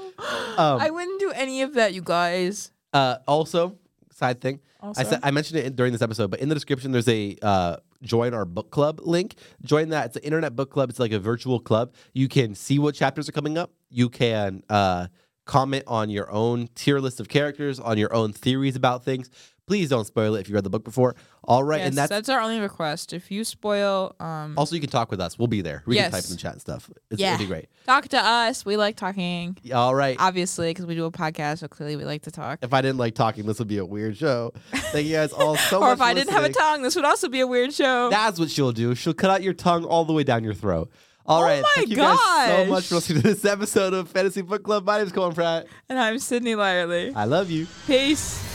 Speaker 2: Um,
Speaker 3: I wouldn't do any of that, you guys.
Speaker 2: Uh, also, side thing. I
Speaker 3: Also?
Speaker 2: said I mentioned it during this episode, but in the description there's a uh, join our book club link. Join that. It's an internet book club. It's like a virtual club. You can see what chapters are coming up. You can uh, comment on your own tier list of characters, on your own theories about things. Please don't spoil it if you read the book before. All right,
Speaker 3: yes,
Speaker 2: and
Speaker 3: that's,
Speaker 2: that's
Speaker 3: our only request. If you spoil, um,
Speaker 2: also you can talk with us. We'll be there. We
Speaker 3: Yes.
Speaker 2: can type in the chat and stuff. It's,
Speaker 3: Yeah.
Speaker 2: It'll be great.
Speaker 3: talk to us. We like talking,
Speaker 2: All right.
Speaker 3: obviously, because we do a podcast. So clearly, we like to talk.
Speaker 2: if I didn't like talking, this would be a weird show. Thank you guys all so much.
Speaker 3: or if
Speaker 2: for
Speaker 3: I didn't have a
Speaker 2: listening.
Speaker 3: tongue, this would also be a weird show.
Speaker 2: That's what she'll do. She'll cut out your tongue all the way down your throat. All
Speaker 3: Oh
Speaker 2: right,
Speaker 3: my
Speaker 2: Thank you guys so
Speaker 3: gosh.
Speaker 2: much for listening to this episode of Fantasy Book Club. My name's Colin Pratt.
Speaker 3: and I'm Sydney Lyerly.
Speaker 2: I love you.
Speaker 3: Peace.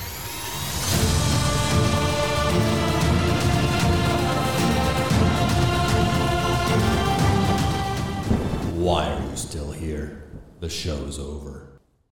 Speaker 1: Why are you still here? The show's over.